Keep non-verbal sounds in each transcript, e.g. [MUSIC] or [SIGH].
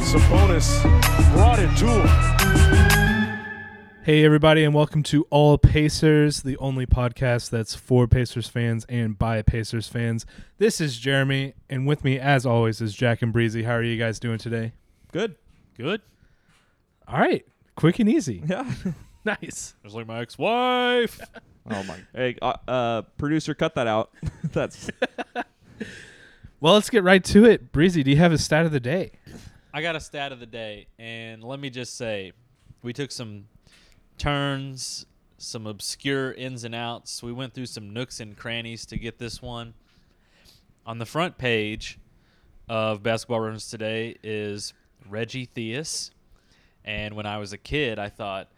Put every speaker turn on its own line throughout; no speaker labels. Sabonis brought it to him.
Hey, everybody, and welcome to All Pacers, the only podcast that's for Pacers fans and by Pacers fans. This is Jeremy, and with me, as always, is Jack and Breezy. How are you guys doing today?
Good. Good.
All right, quick and easy.
Yeah.
[LAUGHS]
[LAUGHS]
nice.
Just like my ex-wife. oh my. Hey, uh, uh, producer, cut that out. [LAUGHS] That's.
Well, let's get right to it. Breezy, do you have a stat of the day?
I got a stat of the day, and let me just say, we took some turns, some obscure ins and outs. We went through some nooks and crannies to get this one. On the front page of Basketball Reference today is Reggie Theus, and when I was a kid, I thought,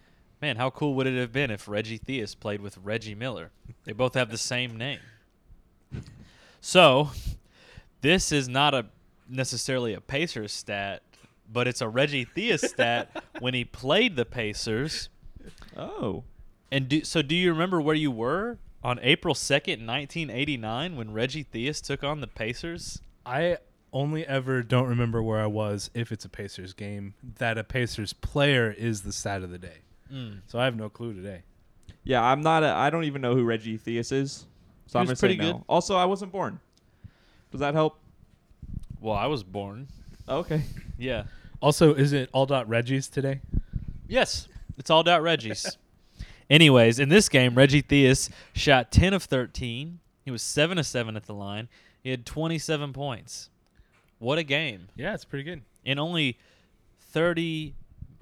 man, how cool would it have been if Reggie Theus played with Reggie Miller? They both have the same name. So, this is not a necessarily a Pacers stat, but it's a Reggie Theus [LAUGHS] stat when he played the Pacers.
Oh.
And do, so, do you remember where you were on April second, nineteen eighty nine, when Reggie Theus took on the Pacers?
I only ever don't remember where I was if it's a Pacers game, that a Pacers player is the stat of the day.
Mm.
So I have no clue today.
Yeah, I'm not. A, I don't even know who Reggie Theus is. So I'm
He
gonna
was
say
pretty
no.
good.
Also, I wasn't born. Does that help?
Well, I was born.
Okay.
Yeah.
Also, is it all dot Reggie's today?
Yes, it's all about [LAUGHS] Reggie's. Anyways, in this game, Reggie Theus shot 10 of 13. He was 7 of 7 at the line. He had 27 points. What a game.
Yeah, it's pretty good.
In only 30,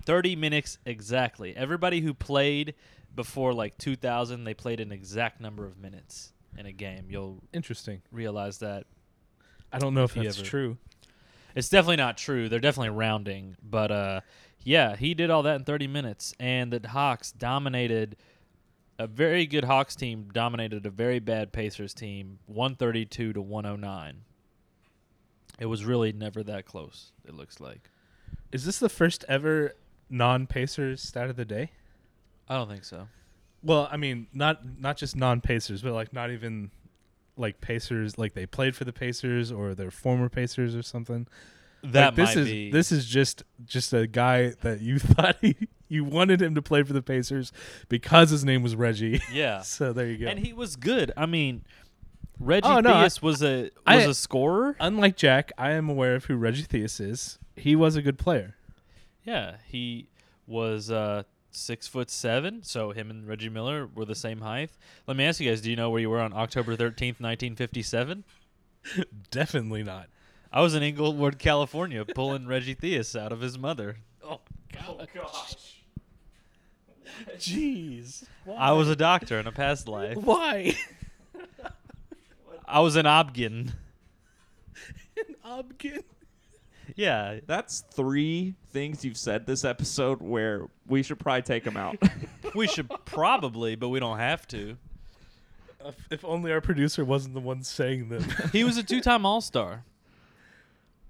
30 minutes exactly. Everybody who played before like 2000, they played an exact number of minutes in a game. You'll
Interesting.
realize that.
I don't know if
He
that's
ever-
true.
It's definitely not true. They're definitely rounding, but uh, yeah, he did all that in 30 minutes, and the Hawks dominated. A very good Hawks team dominated a very bad Pacers team, 132 to 109. It was really never that close. It looks like.
Is this the first ever non-Pacers stat of the day?
I don't think so.
Well, I mean, not not just non-Pacers, but like not even like Pacers, like they played for the Pacers or they're former Pacers or something.
That
like, this
might
is
be.
this is just just a guy that you [LAUGHS] thought he, you wanted him to play for the Pacers because his name was Reggie.
[LAUGHS]
[LAUGHS]
Yeah.
so there you go.
and he was good. I mean, Reggie
Oh, no, I-
Theus was a was
I-
a scorer.
Unlike Jack, I am aware of who Reggie Theus is. He was a good player.
Yeah, he was uh, six foot seven, so him and Reggie Miller were the same height. Let me ask you guys: Do you know where you were on October thirteenth, nineteen fifty-seven?
Definitely not.
I was in Inglewood, California, pulling Reggie Theus out of his mother.
Oh gosh.
Jeez.
I was a doctor in a past life.
Why?
I was an Obgyn. [LAUGHS]
Obkin.
Yeah,
That's three things you've said this episode where we should probably take them out.
we should probably, but we don't have to.
If- If only our producer wasn't the one saying them.
[LAUGHS] He was a two-time All-Star.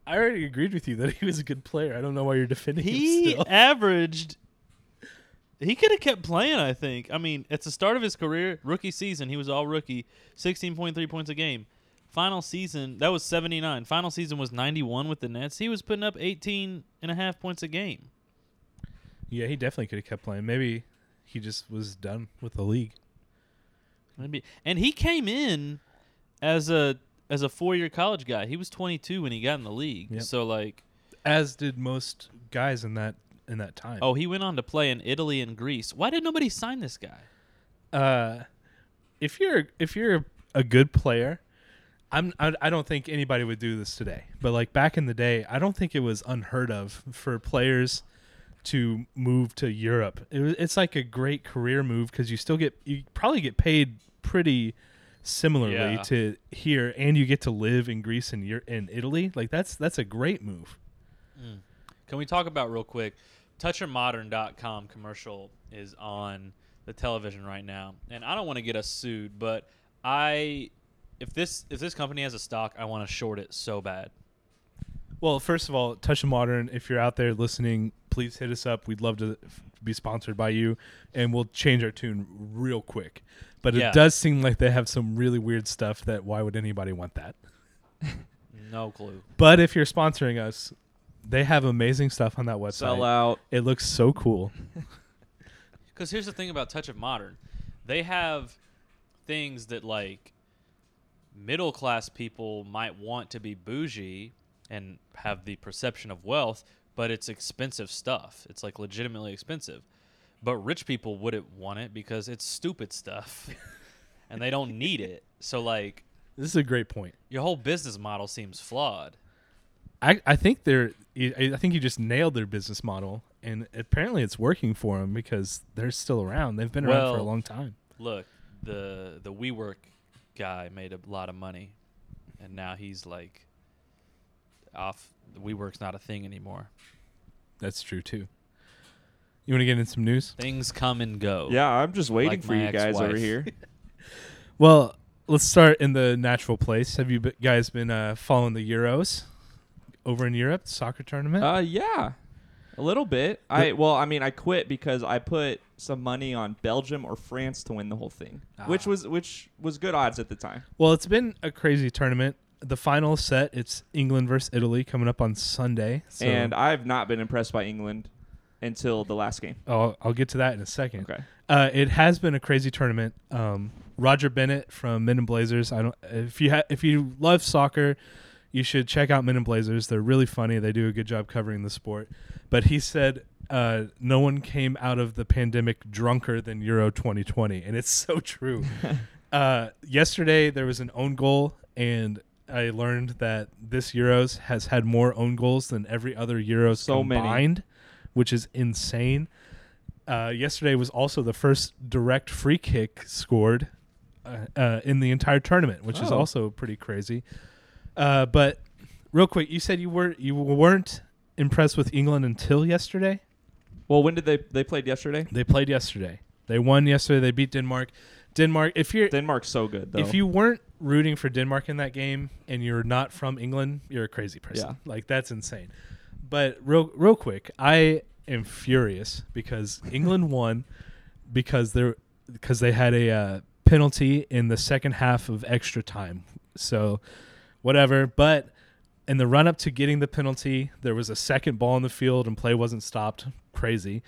I already agreed with you that he was a good player. I don't know why you're defending him
[LAUGHS] He
still.
averaged. He could have kept playing, I think. I mean, at the start of his career, rookie season, he was all rookie, 16.3 points a game. Final season, that was 79. Final season was 91 with the Nets. He was putting up 18 and a half points a game.
yeah, he definitely could have kept playing. Maybe he just was done with the league.
Maybe. And he came in as a as a four-year college guy. He was 22 when he got in the league.
Yep.
So like,
As did most guys in that in that time.
oh, he went on to play in Italy and Greece. Why did nobody sign this guy?
Uh, if you're if you're a good player, I'm I, I don't think anybody would do this today. But like back in the day, I don't think it was unheard of for players to move to Europe. It was, it's like a great career move because you still get you probably get paid pretty similarly
Yeah.
to here, and you get to live in Greece and Eur- in Italy. Like that's that's a great move.
Can we talk about real quick? ToucherModern.com commercial is on the television right now, and I don't want to get us sued, but I, if this if this company has a stock, I want to short it so bad.
Well, first of all, Touch of Modern, if you're out there listening, please hit us up. We'd love to f- be sponsored by you, and we'll change our tune real quick. But
Yeah.
it does seem like they have some really weird stuff that why would anybody want that?
No clue.
But if you're sponsoring us, They have amazing stuff on that website.
[LAUGHS] Sell out.
It looks so cool.
Because here's the thing about Touch of Modern, they have things that like middle class people might want to be bougie and have the perception of wealth, but it's expensive stuff. It's like legitimately expensive. But rich people wouldn't want it because it's stupid stuff, and they don't need it. So like
This is a great point.
your whole business model seems flawed.
I, I think they're I I think you just nailed their business model, and apparently it's working for them because they're still around. They've been around for a
Well-
long time.
Look, the the WeWork guy made a lot of money, and now he's like off. WeWork's not a thing anymore.
That's true too. You want to get in some news?
Things come and go.
Yeah, I'm just waiting
Like
for
my
you guys over
ex-wife.
here.
Well, let's start in the natural place. Have you be- guys been uh, following the Euros over in Europe, the soccer tournament?
[LAUGHS] Uh, yeah, a little bit. I well, I mean, I quit because I put some money on Belgium or France to win the whole thing, which
Ah.
was which was good odds at the time.
well, it's been a crazy tournament. The final set, it's England versus Italy coming up on Sunday. So
And I've not been impressed by England until the last game.
I'll, I'll get to that in a second.
Okay.
Uh, it has been a crazy tournament. Um, Roger Bennett from Men and Blazers. I don't if you ha- if you love soccer, you should check out Men and Blazers. They're really funny. They do a good job covering the sport. But he said uh, no one came out of the pandemic drunker than Euro 2020, and it's so true. uh, yesterday there was an own goal, and I learned that this Euros has had more own goals than every other Euros
So many.
combined, which is insane uh, yesterday was also the first direct free kick scored uh, uh, in the entire tournament, which is
Oh.
also pretty crazy. Uh, but real quick, you said you were you weren't impressed with England until yesterday.
Well, when did they they played yesterday?
They played yesterday. They won yesterday. They beat Denmark. Denmark. If you're
Denmark's so good though.
if you weren't rooting for Denmark in that game and you're not from England, you're a crazy person.
Yeah.
Like that's insane. But real real quick, I am furious because England [LAUGHS] won because they because they had a uh, penalty in the second half of extra time. So whatever, but in the run up to getting the penalty, there was a second ball in the field and play wasn't stopped. Crazy.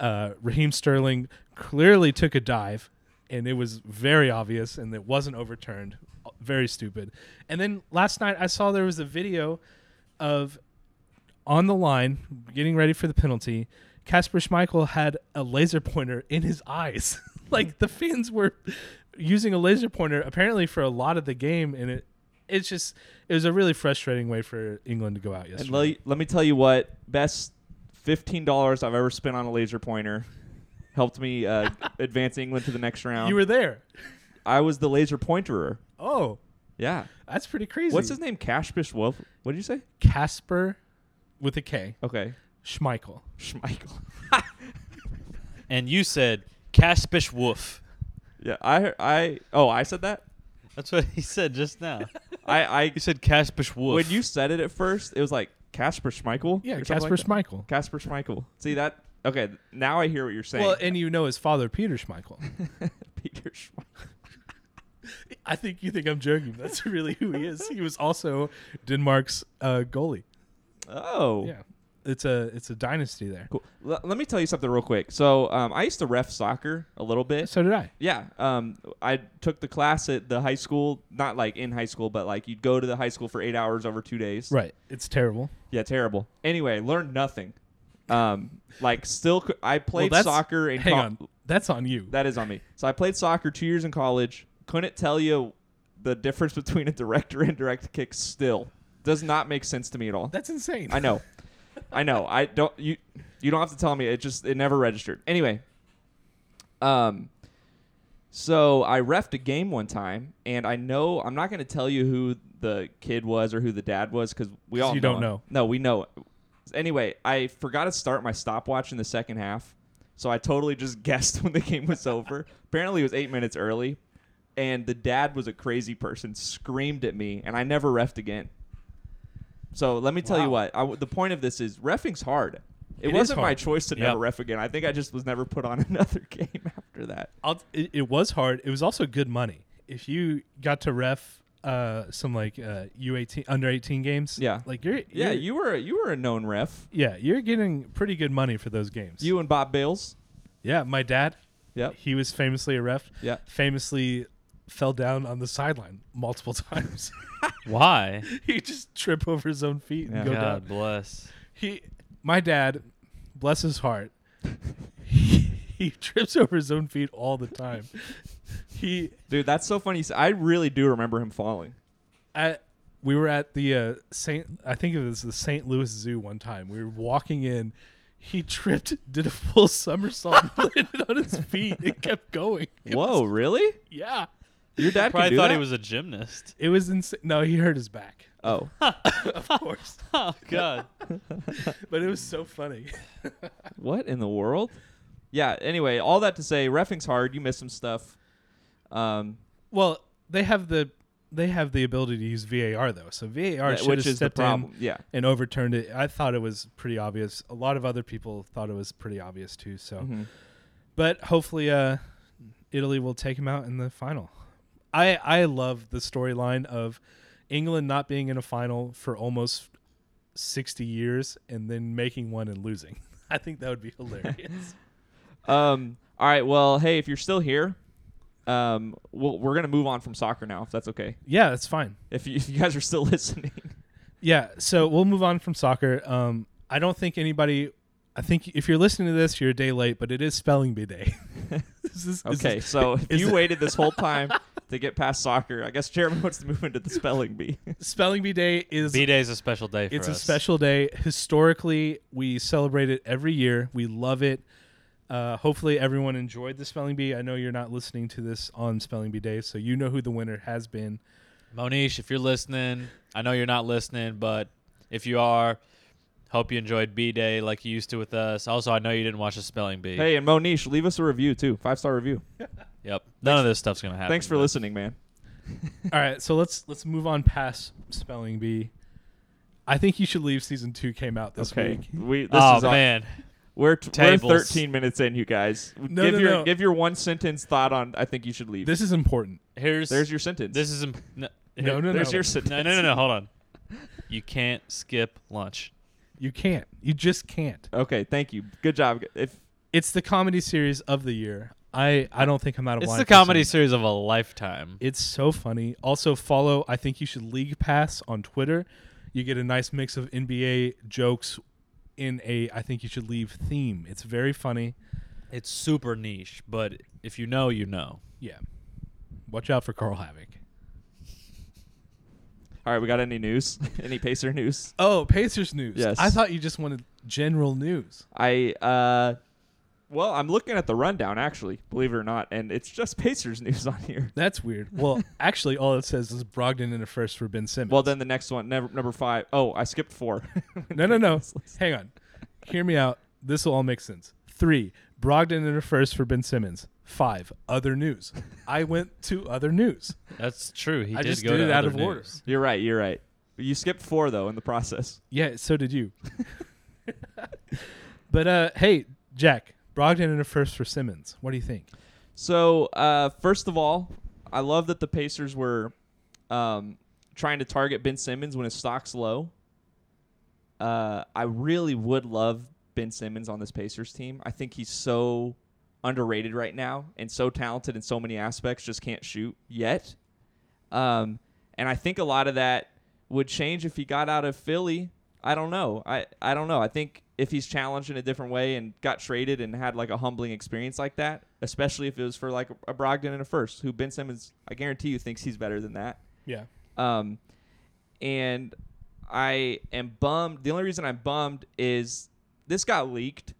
Uh, Raheem Sterling clearly took a dive, and it was very obvious, and it wasn't overturned. Very stupid. And then last night, I saw there was a video of on the line getting ready for the penalty. Casper Schmeichel had a laser pointer in his eyes. [LAUGHS] like the Finns were using a laser pointer apparently for a lot of the game, and it it's just it was a really frustrating way for England to go out
and
yesterday.
le- let me tell you what best fifteen dollars I've ever spent on a laser pointer helped me [LAUGHS] uh, advance England to the next round.
you were there.
I was the laser pointerer.
Oh,
Yeah.
that's pretty crazy.
What's his name? Cashbish Wolf. What did you say?
Casper with a K.
Okay.
Schmeichel.
Schmeichel. [LAUGHS]
And you said Caspish Woof.
yeah, I I oh I said [LAUGHS] that.
That's what he said just now.
I I
You said Caspish Woof.
when [LAUGHS] you said it at first, it was like Casper Schmeichel.
Yeah,
or something
Casper Schmeichel.
That. Casper Schmeichel. See that? Okay, now I hear what you're saying.
Well, and you know his father, Peter Schmeichel.
[LAUGHS] Peter Schmeichel.
I think you think I'm joking. but That's [LAUGHS] really who he is. He was also Denmark's uh, goalie.
Oh.
Yeah, it's a it's a dynasty there.
Cool. L- let me tell you something real quick. So, um, I used to ref soccer a little bit.
So did I.
Yeah. Um, I took the class at the high school, not like in high school, but like you'd go to the high school for eight hours over two days.
Right. It's terrible.
Yeah, terrible. Anyway, learned nothing. Um, like still, c- I played
that's-
soccer in.
Hang
co-
on, that's on you.
That is on me. So I played soccer two years in college. Couldn't tell you the difference [LAUGHS] between a direct or indirect kick. Still, does not make sense to me at all.
that's insane. [LAUGHS]
I know. I know. I don't you you don't have to tell me. It just it never registered. Anyway. Um so I refed a game one time and I know I'm not going to tell you who the kid was or who the dad was cuz we
'Cause
all
you
know
don't
him.
know.
No, we know. it. Anyway, I forgot to start my stopwatch in the second half. So I totally just [LAUGHS] guessed when the game was over. Apparently it was 8 minutes early and the dad was a crazy person screamed at me and I never refed again. So let me tell you
Wow.
what. I w the point of this is refing's hard.
It
It,
is
wasn't my
hard.
choice to
Yep.
never ref again. I think I just was never put on [LAUGHS] another game after that.
I'll, it, it was hard. It was also good money. If you got to ref uh some like uh U eighteen under eighteen games.
Yeah.
Like you're
Yeah,
you're-
you were you were a known ref.
yeah you're getting pretty good money for those games.
You and Bob Bales.
yeah, my dad.
Yep.
He was famously a ref.
Oh. Yeah.
Famously fell down on the sideline multiple [LAUGHS] times.
Why?
he just trip over his own feet and
Yeah.
go
God
down.
bless.
He, my dad, bless his
[LAUGHS]
heart, he, he trips over his own feet all the time. He,
Dude, that's so funny. I really do remember him falling.
at, we were at the uh, Saint, I think it was the St. Louis Zoo one time. We were walking in. He tripped, did a full [LAUGHS] somersault, and landed on his feet, and kept going. It was-
Whoa, really?
yeah,
Your dad could
Probably
do
thought
that?
he was a gymnast.
it was insane. No, he hurt his back,
Oh,
of course,
Oh God.
but it was so funny.
what in the world? Yeah. Anyway, all that to say, refing's hard. You miss some stuff. Um,
Well, they have the they have the ability to use VAR though, so VAR
yeah,
should have
which is the
stepped
problem.
in
Yeah.
and overturned it. I thought it was pretty obvious. A lot of other people thought it was pretty obvious too. So,
Mhm.
but hopefully, uh, Italy will take him out in the final. I I love the storyline of England not being in a final for almost sixty years and then making one and losing. [LAUGHS] I think that would be hilarious.
Um, all right. Well, hey, if you're still here, um, we'll, we're gonna move on from soccer now, if that's okay.
yeah, that's fine.
If you, [LAUGHS] if you guys are still listening,
Yeah, so we'll move on from soccer. Um, I don't think anybody. I think if you're listening to this, you're a day late, but it is spelling bee day. [LAUGHS] This is- this is-
okay. So if
is
you
it-
waited
[LAUGHS]
this whole time to get past soccer, I guess Jeremy wants to move into the
[LAUGHS]
spelling bee.
spelling bee day is
B Day's a special day for
it's
us.
a special day. Historically, we celebrate it every year. We love it. Uh, hopefully, everyone enjoyed the spelling bee. I know you're not listening to this on spelling bee day, so you know who the winner has been.
Monish, if you're listening, I know you're not listening, but if you are, hope you enjoyed B Day like you used to with us. Also, I know you didn't watch the spelling bee.
hey, and Monish, leave us a review too, five star review.
Yep. None of this stuff's gonna happen.
Thanks for
but-
listening, man.
All right, so let's let's move on past spelling bee. I think you should leave. Season two came out this
Okay,
week.
we this
Oh
is our-
man.
We're, t- we're
Tables.
13 minutes in, you guys.
No,
give
no,
your
no.
give your one sentence thought on. I think you should leave.
This is important.
Here's
There's your sentence.
this is imp- no,
No, no,
There's
no.
your sentence.
no, no, no, no. Hold on. You can't skip lunch.
You can't. You just can't.
Okay, thank you. Good job. If
It's the comedy series of the year. I I don't think I'm out of
It's
line.
the
for saying
comedy
that.
series of a lifetime.
It's so funny. Also follow I think you should league pass on Twitter. You get a nice mix of NBA jokes in a I think you should leave theme. It's very funny.
It's super niche, but if you know, you know.
Yeah. Watch out for Carl Havoc.
all right, we got any news? [LAUGHS] any Pacer news?
Oh, Pacers news.
Yes.
I thought you just wanted general news.
I uh, well, I'm looking at the rundown actually, believe it or not, and it's just [LAUGHS] Pacers news on here.
That's weird. Well, actually all it says is Brogdon in a first for Ben Simmons.
Well, then the next one, never, number five. Oh, I skipped four. [LAUGHS]
[LAUGHS] No, no, no. Hang on. Hear me out. This will all make sense. Three, Brogdon in a first for Ben Simmons. Five, other news. I went to other news.
That's true. [LAUGHS] He
I
did
just
go
did
to
it out
other
of order.
news.
You're right. You're right. You skipped four though in the process.
Yeah, so did
[LAUGHS]
you. but uh, hey, Jack, Brogdon in a first for Simmons. What do you think?
So, uh, first of all, I love that the Pacers were um, trying to target Ben Simmons when his stock's low. Uh, I really would love Ben Simmons on this Pacers team. I think he's so underrated right now and so talented in so many aspects, just can't shoot yet. Um, and I think a lot of that would change if he got out of Philly. I don't know. I, I don't know. I think if he's challenged in a different way and got traded and had like a humbling experience like that, especially if it was for like a Brogdon and a first, who Ben Simmons, I guarantee you, thinks he's better than that.
Yeah.
Um, and I am bummed. The only reason I'm bummed is this got leaked,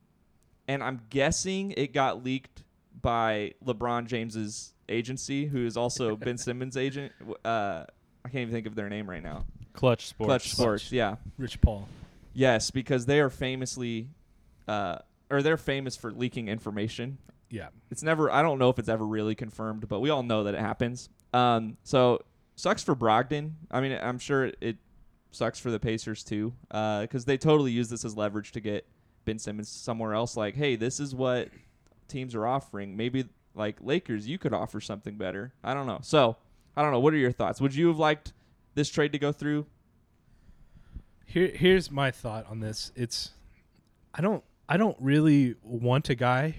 and I'm guessing it got leaked by LeBron James's agency, who is also Ben Simmons' agent. W- Uh, I can't even think of their name right now.
Clutch sports.
Clutch Sports, yeah,
Rich Paul.
yes, because they are famously, uh, or they're famous for leaking information
Yeah.
it's never I don't know if it's ever really confirmed, but we all know that it happens. Um, so sucks for Brogdon. I mean, I'm sure it, it sucks for the Pacers too, because they totally use this as leverage to get Ben Simmons somewhere else. Like, hey, this is what teams are offering. Maybe like Lakers, you could offer something better. I don't know. So I don't know. What are your thoughts? Would you have liked this trade to go through?
Here, here's my thought on this. It's, I don't, I don't really want a guy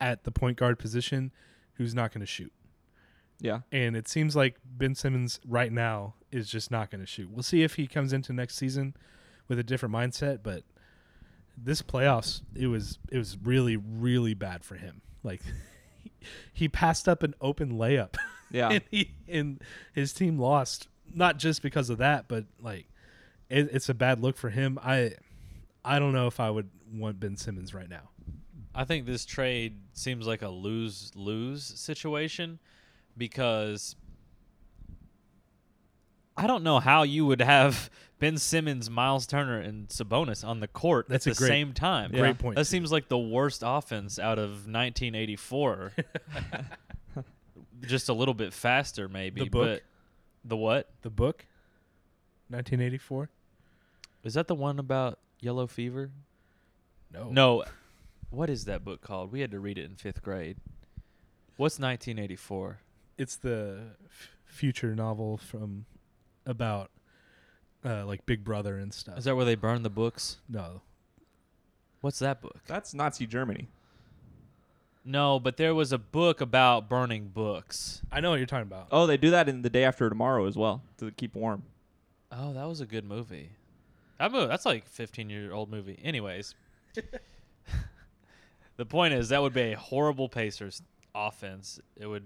at the point guard position who's not going to shoot.
Yeah.
And it seems like Ben Simmons right now is just not going to shoot. We'll see if he comes into next season with a different mindset, but this playoffs it was it was really really bad for him. Like [LAUGHS] he passed up an open layup. [LAUGHS]
Yeah.
and, he, and his team lost not just because of that, but like it, it's a bad look for him. I I don't know if I would want Ben Simmons right now.
I think this trade seems like a lose lose situation because I don't know how you would have [LAUGHS] Ben Simmons, Miles Turner, and Sabonis on the court
That's a
at the
great-
same time.
great Yeah. point.
That seems like the worst offense out
[LAUGHS]
of 1984. [LAUGHS] Just a little bit faster, maybe.
The book?
But the what
The book 1984?
is that? The one about yellow fever?
No.
No. What is that book called? We had to read it in fifth grade. What's 1984?
it's the f- future novel from about uh, like Big Brother and stuff.
Is that where they burn the books?
no,
What's that book?
That's Nazi Germany.
No, but there was a book about burning books.
I know what you're talking about.
Oh, they do that in the day after tomorrow as well to keep warm.
Oh, that was a good movie. That movie, that's like 15 year old movie. Anyways, [LAUGHS] the point is that would be a horrible Pacers offense. It would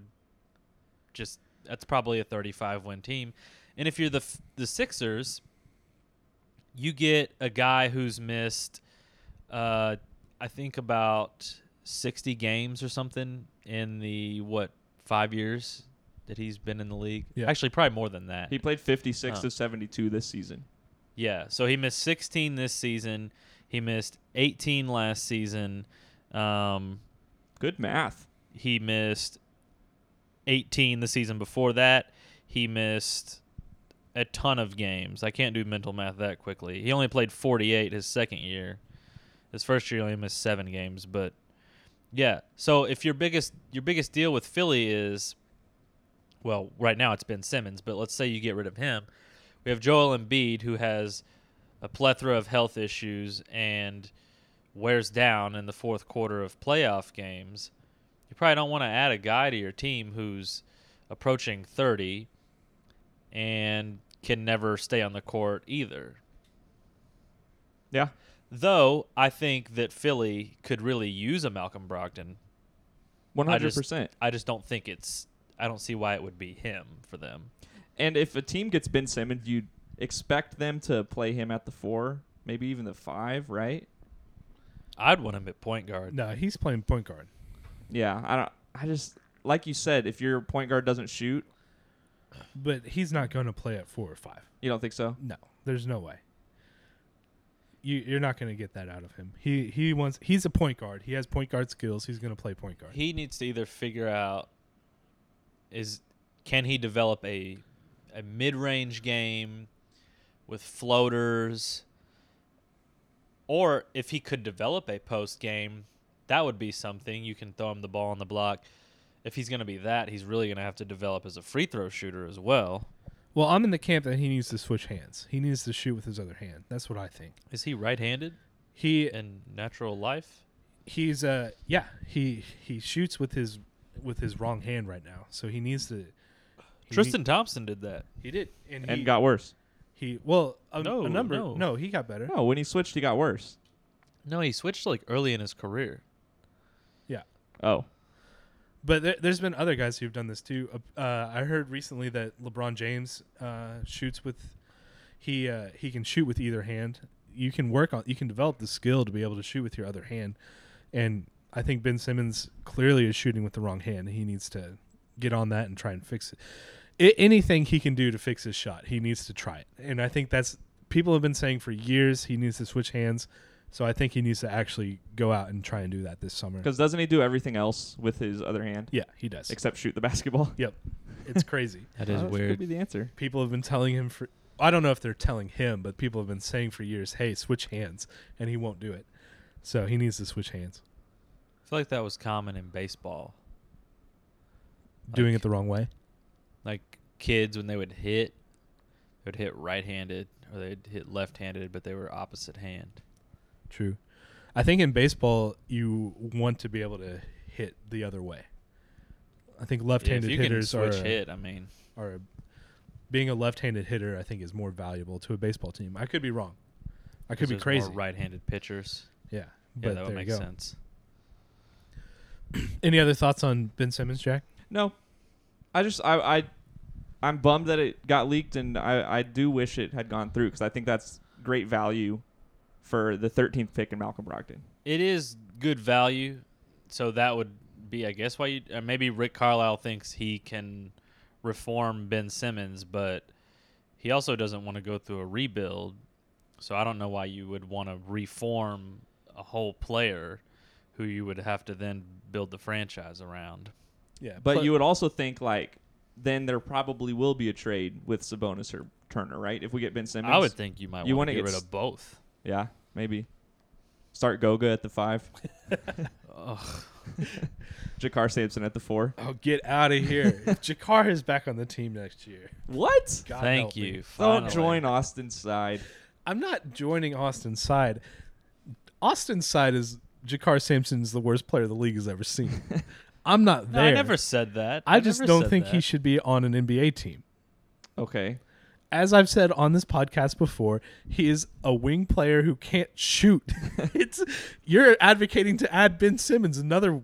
just that's probably a 35 win team. And if you're the f- the Sixers, you get a guy who's missed uh I think about 60 games or something in the what 5 years that he's been in the league.
Yeah.
Actually probably more than that.
He played 56
Huh.
to 72 this season.
Yeah. So he missed 16 this season. He missed 18 last season. Um,
Good math.
he missed 18 the season before that. He missed a ton of games. I can't do mental math that quickly. He only played 48 his second year. His first year he only missed 7 games, but yeah. So if your biggest your biggest deal with Philly is well, right now it's Ben Simmons, but let's say you get rid of him. We have Joel Embiid who has a plethora of health issues and wears down in the fourth quarter of playoff games you probably don't want to add a guy to your team who's approaching 30 and can never stay on the court either.
Yeah.
Though I think that Philly could really use a Malcolm Brogdon. I
100%.
just- I just don't think it's I don't see why it would be him for them.
and if a team gets Ben Simmons, you would expect them to play him at the 4, maybe even the 5, right?
I'd want him at point guard.
No, he's playing point guard.
Yeah, I don't I just like you said if your point guard doesn't shoot,
But he's not going to play at 4 or 5.
you don't think so?
No, there's no way. You you're not going to get that out of him. He he wants he's a point guard. He has point guard skills. He's going to play point guard.
He needs to either figure out is can he develop a a mid range game with floaters, or if he could develop a post game, that would be something. You can throw him the ball on the block. If he's going to be that, he's really going to have to develop as a free throw shooter as well.
well, I'm in the camp that he needs to switch hands. He needs to shoot with his other hand. That's what I think.
Is he right handed
He
in natural life?
he's uh yeah he he shoots with his with his wrong hand right now so he needs to he
Tristan Thompson did that.
need- he did and, he
And got worse.
he well a,
No,
a number
no.
no. he got better
No, when he switched, he got worse.
No, he switched like early in his career.
yeah
Oh.
but there, there's been other guys who've done this too uh, uh, i heard recently that lebron james uh shoots with he uh he can shoot with either hand you can work on you can develop the skill to be able to shoot with your other hand and i think ben simmons clearly is shooting with the wrong hand he needs to get on that and try and fix it I- anything he can do to fix his shot, he needs to try it. And I think that's people have been saying for years he needs to switch hands. So I think he needs to actually go out and try and do that this summer.
Cuz doesn't he do everything else with his other hand
Yeah, he does.
except shoot the [LAUGHS] basketball?
yep, it's crazy.
That
Oh, Could be the answer.
[LAUGHS] people have been telling him for. I don't know if they're telling him, but people have been saying for years, "Hey, switch hands," and he won't do it. So he needs to switch hands,
I feel like that was common in baseball.
doing
Like-
it the wrong way.
like kids when they would hit, they would hit right-handed or they'd hit left-handed, but they were opposite hand.
True. I think in baseball you want to be able to hit the other way. I think
Yeah, if
left-handed
you can
hitters
switch
are
hit, I mean,
are being a left-handed hitter. I think is more valuable to a baseball team. I could be wrong. I could be
there's
crazy.
more right-handed pitchers.
Yeah,
Yeah,
but
that
there
would
you
make
go.
sense.
Any other thoughts on Ben Simmons, Jack?
No, I just I I I'm bummed that it got leaked, and I I do wish it had gone through because I think that's great value for the 13th pick in Malcolm Brogdon.
It is good value, so that would be, I guess, why you uh, maybe Rick Carlisle thinks he can reform Ben Simmons, but he also doesn't want to go through a rebuild. So I don't know why you would want to reform a whole player who you would have to then build the franchise around.
Yeah,
But you would also think like then there probably will be a trade with Sabonis or Turner, right? If we get Ben Simmons,
I would think you might
you
want
wanna
to get
get
rid
s-
of both.
Yeah, maybe start Goga at the
[LAUGHS]
five, [LAUGHS]
Ugh.
Jakar Sampson at the four.
oh, get out of
[LAUGHS]
here. Jakar is back on the team next year.
What?
God
Thank
help me.
you.
Don't
Finally.
join Austin's side.
I'm not joining Austin's side. Austin's side is Jakar Sampson's the worst player the league has ever
[LAUGHS]
seen. I'm not
No,
there.
I never said that.
I just
never
don't
said
think he
that.
should be on an NBA team.
Okay.
As I've said on this podcast before, he is a wing player who can't
[LAUGHS]
shoot. [LAUGHS] it's you're advocating to add Ben Simmons,
Uh,
another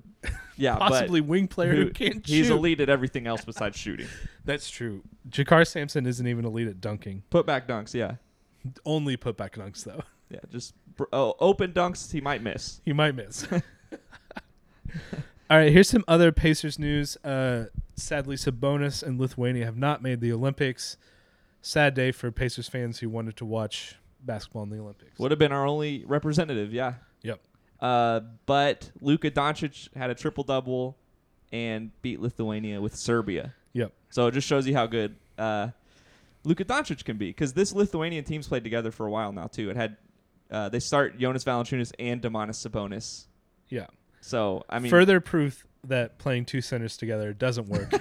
Yeah, but
possibly wing player who, can't
he's
shoot.
elite at everything else besides shooting.
That's true. Jakar Sampson isn't even elite at dunking.
[LAUGHS] Put back dunks, yeah.
Only putback dunks though. [LAUGHS]
Yeah, just br- oh, open dunks he might miss.
He might miss. [LAUGHS] All right, here's some other Pacers news. Uh, sadly, Sabonis and Lithuania have not made the Olympics. Sad day for Pacers fans who wanted to watch basketball in the Olympics.
Would have been our only representative, yeah.
Yep.
Uh, but Luka Doncic had a triple double and beat Lithuania with Serbia.
Yep.
So it just shows you how good uh, Luka Doncic can be because this Lithuanian team's played together for a while now too. It had uh, they start Jonas Valanciunas and Demonis Sabonis.
Yeah.
So I mean,
Further proof that playing two centers together doesn't
[LAUGHS]
work.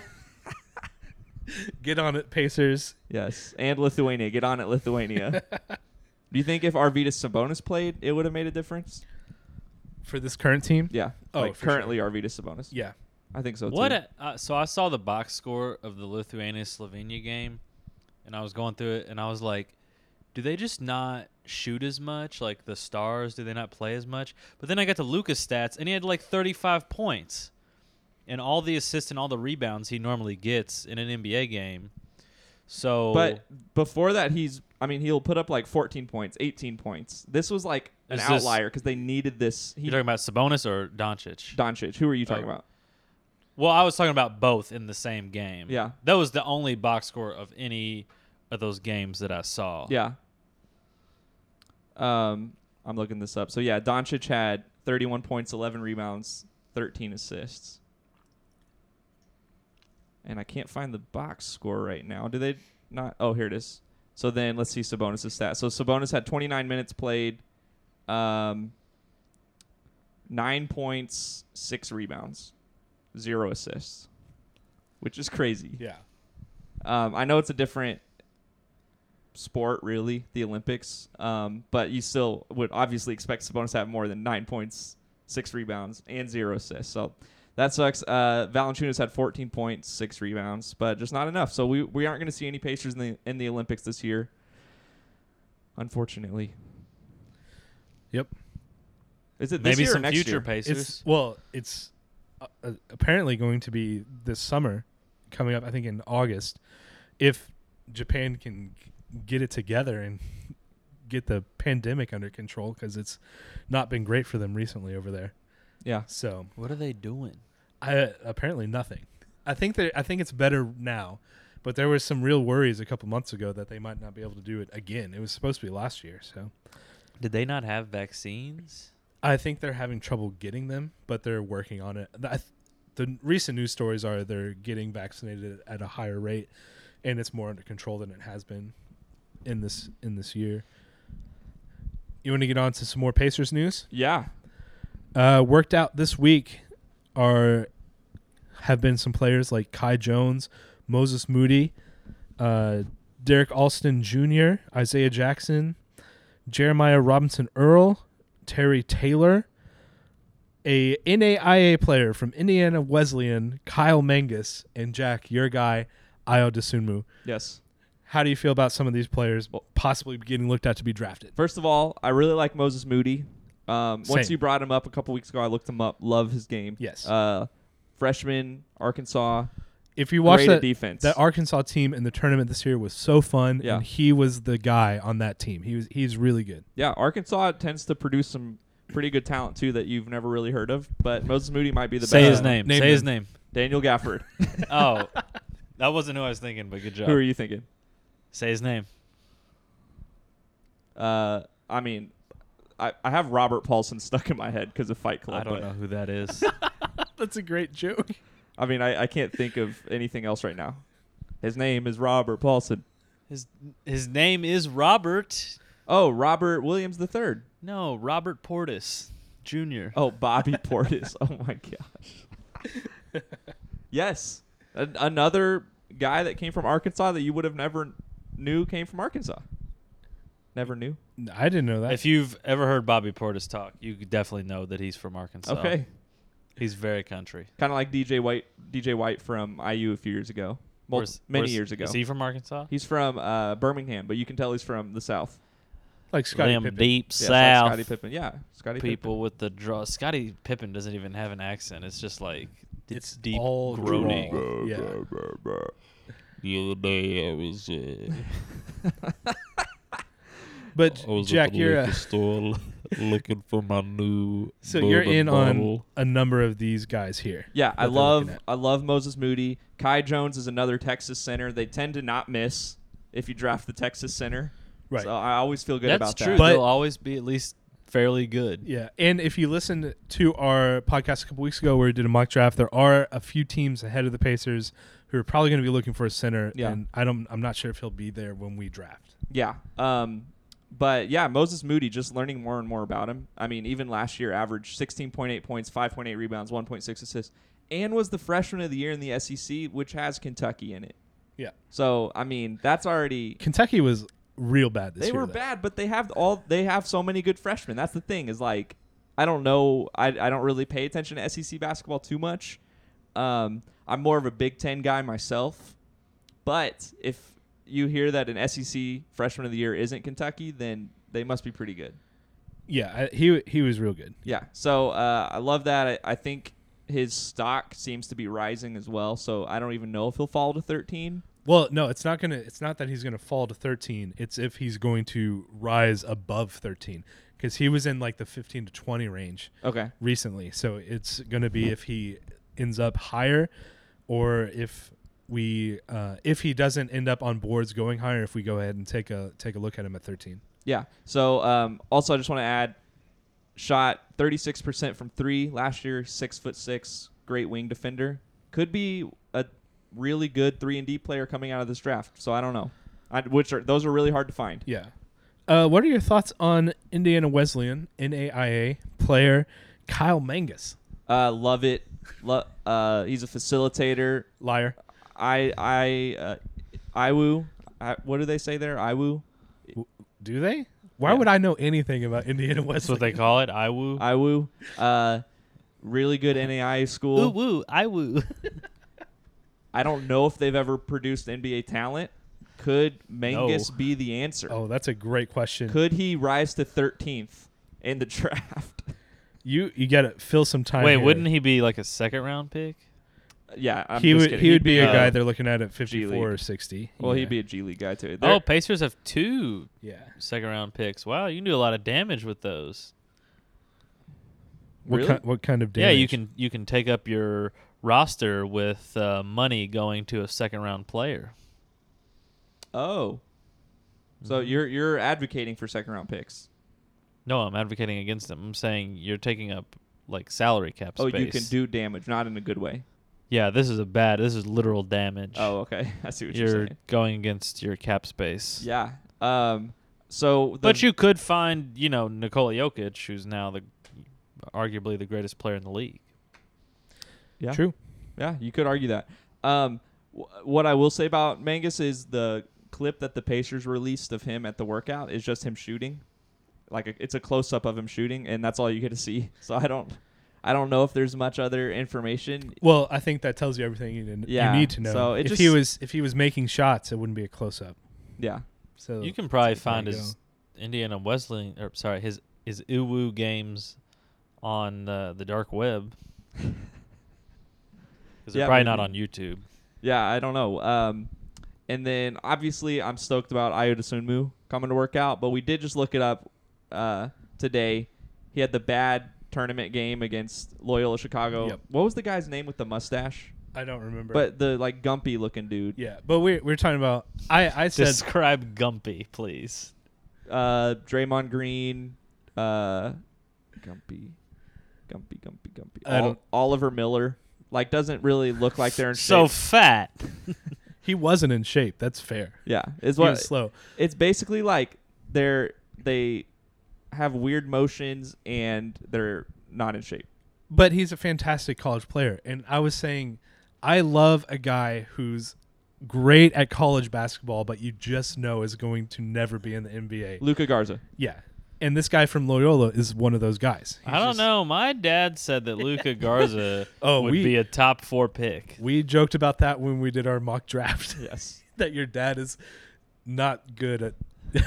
Get on it, Pacers.
yes, and Lithuania get on
[LAUGHS]
it, Lithuania. Do you think if Arvidas Sabonis played, it would have made a difference?
For this current team?
Yeah.
Oh,
like
for sure.
currently Arvidas Sabonis.
Yeah.
I think so too.
What? A, uh, so I saw the box score of the Lithuania Slovenia game, and I was going through it, and I was like, "Do they just not shoot as much? Like the stars, do they not play as much?" But then I got to Lucas stats, and he had like 35 points, and all the assists and all the rebounds he normally gets in an NBA game. So,
But before that, he's. I mean, he'll put up like 14 points, 18 points. This was like an
Is this-
outlier because they needed this. He,
you're talking about Sabonis or Doncic?
Doncic. Who are you talking
Oh.
about?
Well, I was talking about both in the same game.
Yeah.
that was the only box score of any of those games that I saw.
Yeah. Um, I'm looking this up. So yeah, Doncic had 31 points, 11 rebounds, 13 assists. And I can't find the box score right now. Do they not? Oh, here it is. So then let's see Sabonis' stats. So Sabonis had 29 minutes played, um, nine points, six rebounds, zero assists, which is crazy.
Yeah.
Um, I know it's a different sport, really, the Olympics, um, but you still would obviously expect Sabonis to have more than nine points, six rebounds, and zero assists. So that sucks. Uh, Valanciunas had 14 points, six rebounds, but just not enough. So we, we aren't going to see any Pacers in the in the Olympics this year, unfortunately.
Yep.
Is it this
Maybe
year or
some
next
future
year?
Pacers.
It's well, it's uh, uh, apparently going to be this summer, coming up. I think in August, if Japan can g- get it together and get the pandemic under control, because it's not been great for them recently over there.
yeah.
So,
What are they doing?
I apparently nothing. I think that I think it's better now, but there was some real worries a couple months ago that they might not be able to do it again. It was supposed to be last year, so
Did they not have vaccines?
I think they're having trouble getting them, but they're working on it. The, I th- the recent news stories are they're getting vaccinated at a higher rate, and it's more under control than it has been in this in this year. You want to get on to some more Pacers news?
Yeah.
Uh, worked out this week are have been some players like Kai Jones, Moses Moody, uh, Derek Alston Jr., Isaiah Jackson, Jeremiah Robinson Earl, Terry Taylor, a NAIA player from Indiana Wesleyan, Kyle Mangus, and Jack, your guy, Io DeSunmu.
Yes.
How do you feel about some of these players possibly getting looked at to be drafted?
First of all, I really like Moses Moody. Um, once
Same.
you brought him up a couple weeks ago, I looked him up. Love his game.
Yes.
Uh, freshman, Arkansas.
If you watch
Great at
that
defense.
that Arkansas team in the tournament this year was so fun,
Yeah.
and he was the guy on that team. He was he's really good.
Yeah, Arkansas tends to produce some pretty good talent too that you've never really heard of. But Moses Moody might be the
Say
best.
his
Uh,
name.
name
Say his
him.
[LAUGHS]
name.
Daniel
[LAUGHS]
Gafford.
Oh, that wasn't who I was thinking, but good job.
Who are you thinking?
Say his name.
Uh, I mean, I, I have Robert Paulson stuck in my head because of Fight Club.
I don't
but-
know who
[LAUGHS]
that is.
That's a great joke.
I mean, I, I can't think of anything else right now. His name is Robert Paulson.
his his name is Robert.
Oh, Robert Williams the third.
No, Robert Portis Jr.
Oh, Bobby Portis. Oh my gosh. yes, An- another guy that came from Arkansas that you would have never knew came from Arkansas. Never knew.
[LAUGHS] I didn't know that.
If you've ever heard Bobby Portis talk, you could definitely know that he's from Arkansas.
Okay,
He's very country.
kind of like DJ White. DJ White from IU a few years ago, Mul-
Where's-
many
where's-
years ago.
Is he from Arkansas?
He's from uh, Birmingham, but you can tell he's from the South.
like Scotty
Them
Pippen.
deep
Yeah, it's like
south
Scottie Pippen. Yeah, Scottie
people with the draw. Scotty Pippen doesn't even have an accent. It's just like it's,
It's
deep
all
groaning.
drawl. Yeah.
The other day I was uh,
But
I was
Jack,
at the
you're
liquor
a,
store [LAUGHS] looking for my new
[LAUGHS] so you're
bourbon
in on
bottle.
a number of these guys here.
Yeah, I
that they're looking
love
at.
I love Moses Moody. Kai Jones is another Texas center. They tend to not miss if you draft the Texas center.
Right.
So I always feel good
That's
about
true.
that.
But-
They'll always be at least fairly good.
Yeah, and if you listen to our podcast a couple weeks ago where we did a mock draft, there are a few teams ahead of the Pacers who are probably going to be looking for a center.
Yeah.
and I don't, I'm not sure if he'll be there when we draft.
yeah. Um but yeah, Moses Moody just learning more and more about him. I mean, even last year averaged 16.8 points, 5.8 rebounds, 1.6 assists and was the freshman of the year in the SEC, which has Kentucky in it.
Yeah,
So, I mean, that's already
Kentucky was real bad this
they
year.
were
though.
bad, but they have all they have so many good freshmen. That's the thing is like I don't know. I, I don't really pay attention to SEC basketball too much. Um, I'm more of a Big Ten guy myself. But if you hear that an SEC freshman of the year isn't Kentucky, then they must be pretty good.
Yeah, I, he he was real good.
Yeah. So uh, I love that. I, I think his stock seems to be rising as well. So I don't even know if he'll fall to 13.
Well, no, it's not gonna. It's not that he's gonna fall to 13. It's if he's going to rise above 13 because he was in like the 15 to 20 range
Okay.
recently. So it's gonna be if he ends up higher, or if we uh, if he doesn't end up on boards going higher, if we go ahead and take a take a look at him at 13.
Yeah. So um, also, I just want to add, shot 36% from three last year. Six foot six, great wing defender. Could be a really good three and D player coming out of this draft. So I don't know. I, which are those are really hard to find.
Yeah. Uh, what are your thoughts on Indiana Wesleyan NAIA player Kyle Mangus?
Uh, love it. Lo- uh, he's a facilitator.
Liar.
I I uh, Iwu. I, what do they say there? Iwu.
Do they? Why
Yeah.
would I know anything about [LAUGHS] Indiana
That's
Wesleyan?
what they call it. I woo.
Iwu. Uh, really good NAI school.
Ooh woo. I woo.
I don't know if they've ever produced NBA talent. Could Mangus
No.
be the answer?
Oh, that's a great question.
Could he rise to 13th in the [LAUGHS] draft?
you you got to fill some
[LAUGHS]
time.
Wait,
here.
wouldn't he be like a second round pick?
yeah, I'm
he
just
would
kidding.
he would be a
uh,
guy they're looking at at 54 or
League.
60.
Well,
yeah.
he'd be a G League guy too.
Oh,
They're-
Pacers have two
yeah.
second round picks. Wow, you can do a lot of damage with those.
What
Really?
kind what kind of damage?
Yeah, you can you can take up your roster with uh, money going to a second round player.
oh. So
Mm-hmm.
you're you're advocating for second round picks.
No, I'm advocating against them. I'm saying you're taking up like salary cap
Oh,
space.
you can do damage, not in a good way.
Yeah, this is a bad. This is literal damage.
Oh, okay. [LAUGHS] I see what you're,
you're
saying.
going against your cap space.
Yeah. Um. So, the,
But you could find, you know, Nikola Jokic, who's now the arguably the greatest player in the league.
yeah.
True.
Yeah, you could argue that. Um, Wh- What I will say about Mangus is the clip that the Pacers released of him at the workout is just him shooting. Like a, it's a close up of him shooting, and that's all you get to see. [LAUGHS] So I don't, I don't know if there's much other information.
Well, I think that tells you everything you, n-
Yeah,
you need to know.
so it
if
just-
he was if he was making shots, it wouldn't be a close up.
Yeah,
So
You can probably
that's where
find
you
his
go.
Indiana Wesleyan, or sorry, his his Uwu games on uh, the
[LAUGHS]
dark web. Because they're
Yeah,
probably not on
maybe.
YouTube.
yeah, I don't know. Um, and then obviously I'm stoked about Iota Sunmu coming to work out, but we did just look it up uh, today. He had the bad tournament game against Loyola Chicago.
Yep.
What was the guy's name with the mustache?
I don't remember.
But the like gumpy looking dude.
yeah, but we're we're talking about. I I said
Describe Gumpy, please.
Uh Draymond Green, uh Gumpy. Gumpy, Gumpy, Gumpy.
I don't-
Oliver Miller. Like doesn't really look like
[LAUGHS]
they're in
So
shape.
fat.
[LAUGHS]
he wasn't in shape. That's fair.
Yeah. Is
He
what
was slow.
it's basically like they're they have weird motions and they're not in shape.
but he's a fantastic college player. And I was saying, I love a guy who's great at college basketball, but you just know is going to never be in the NBA.
Luca Garza.
Yeah. And this guy from Loyola is one of those guys. He's
I don't
just-
know. My dad said that
[LAUGHS]
Luca Garza
Oh,
would
we-
be a top four pick.
We joked about that when we did our mock draft
Yes.
[LAUGHS] that your dad is not good at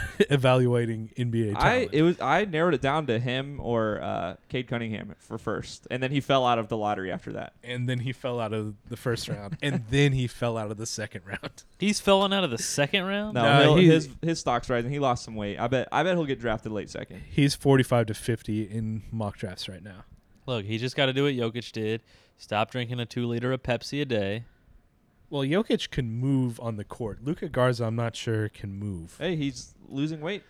[LAUGHS] evaluating NBA
I
talent.
it was I narrowed it down to him or uh Cade Cunningham for first. And then he fell out of the lottery after that.
and then he fell out of the first round, and then he fell out of the second round. [LAUGHS]
He's falling out of the second round.
No,
No,
he'll-
he-
his his stock's rising. He lost some weight. I bet I bet he'll get drafted late second.
He's 45 to 50 in mock drafts right now.
Look, he just got to do what Jokic did. Stop drinking a two liter of Pepsi a day.
Well, Jokic can move on the court. Luca Garza, I'm not sure can move.
Hey, he's losing weight.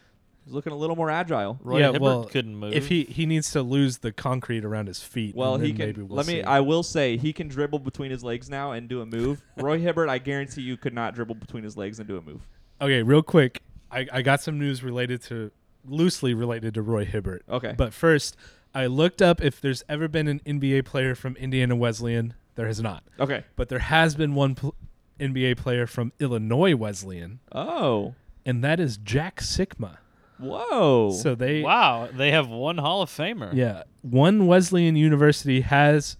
He's looking a little more agile.
Roy
Yeah,
Hibbert
well,
couldn't move.
If he he needs to lose the concrete around his feet.
Well,
and
he
then
can.
Maybe we'll
let me.
see.
I will say he can dribble between his legs now and do
[LAUGHS]
a move. Roy Hibbert, I guarantee you, could not dribble between his legs and do a move.
okay, real quick. I, I got some news related to loosely related to Roy Hibbert.
Okay.
But first, I looked up if there's ever been an NBA player from Indiana Wesleyan. There has not.
Okay.
But there has been one pl- NBA player from Illinois Wesleyan,
Oh.
and that is Jack Sikma.
Whoa.
So they
wow, they have one Hall of Famer.
Yeah, one Wesleyan University has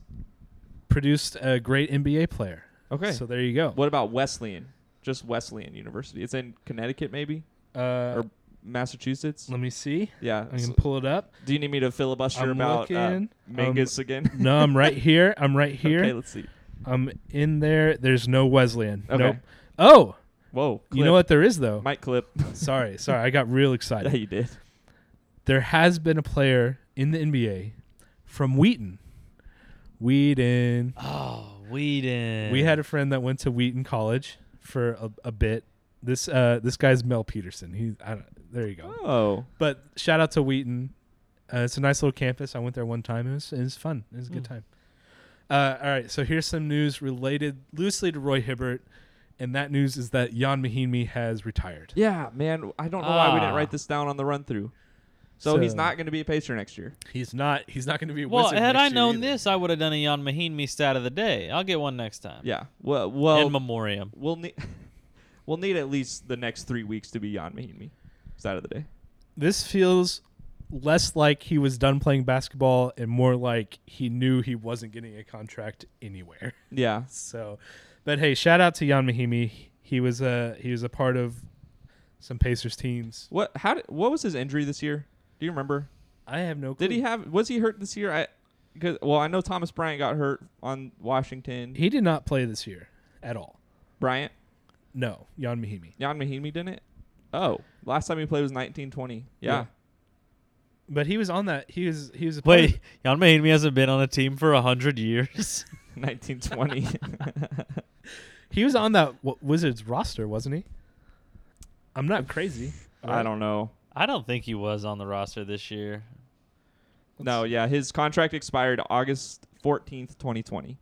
produced a great NBA player.
okay.
So there you go.
what about Wesleyan? Just Wesleyan University. It's in Connecticut, maybe
Uh,
or Massachusetts.
let me see.
Yeah.
I
so-
can pull it up.
do you need me to filibuster
I'm
about uh,
looking. Um,
Mangus again?
No, I'm
[LAUGHS]
right here. I'm right here.
okay. Let's see.
I'm in there. There's no Wesleyan.
Okay.
Nope. Oh,
Whoa.
you know
clip.
what there is though.
Mic clip.
[LAUGHS] sorry, sorry. I got real
[LAUGHS] yeah,
excited.
you did.
There has been a player in the NBA from Wheaton. Wheaton.
Oh, Whedon.
We had a friend that went to Wheaton College for a, a bit. This uh, this guy's Mel Peterson. He I don't, there you go.
Oh.
But shout out to Wheaton. Uh, it's a nice little campus. I went there one time. It was it was fun. It was a
Hmm.
good time. Uh, all right, so here's some news related loosely to Roy Hibbert, and that news is that Jan Mahinmi has retired.
Yeah, man. I don't know why we didn't
Ah.
write this down on the run through. So, he's
So-
not going to be a Pacer next year.
He's not he's not going to be. A
well,
wizard
had
next
I
year
known
either.
this, I would have done a Jan Mahinmi stat of the day. I'll get one next time.
Yeah. Well,
In
well,
memoriam.
we'll need [LAUGHS] we'll need at least the next three weeks to be Jan Mahimi. Side of the day.
this feels less like he was done playing basketball and more like he knew he wasn't getting a contract anywhere.
Yeah.
So, but hey, shout out to Jan Mahimi. He was a he was a part of some Pacers teams.
What? How? Did, what was his injury this year? Do you remember?
I have no clue.
Did he have? Was he hurt this year? I. Cause, well, I know Thomas Bryant got hurt on Washington.
He did not play this year at all.
Bryant,
No, Jan Mahimi.
Jan Mahimi didn't. Oh, last time he played was 1920. Yeah.
Yeah. But he was on that. He was he was a part
Wait,
of-
Jan Mahinmi hasn't been on a team for a 100 years. [LAUGHS]
[LAUGHS] 1920.
he was on that w- Wizards roster, wasn't he? I'm not crazy.
I don't know.
I don't think he was on the roster this year.
No, yeah, his contract expired August 14th, 2020.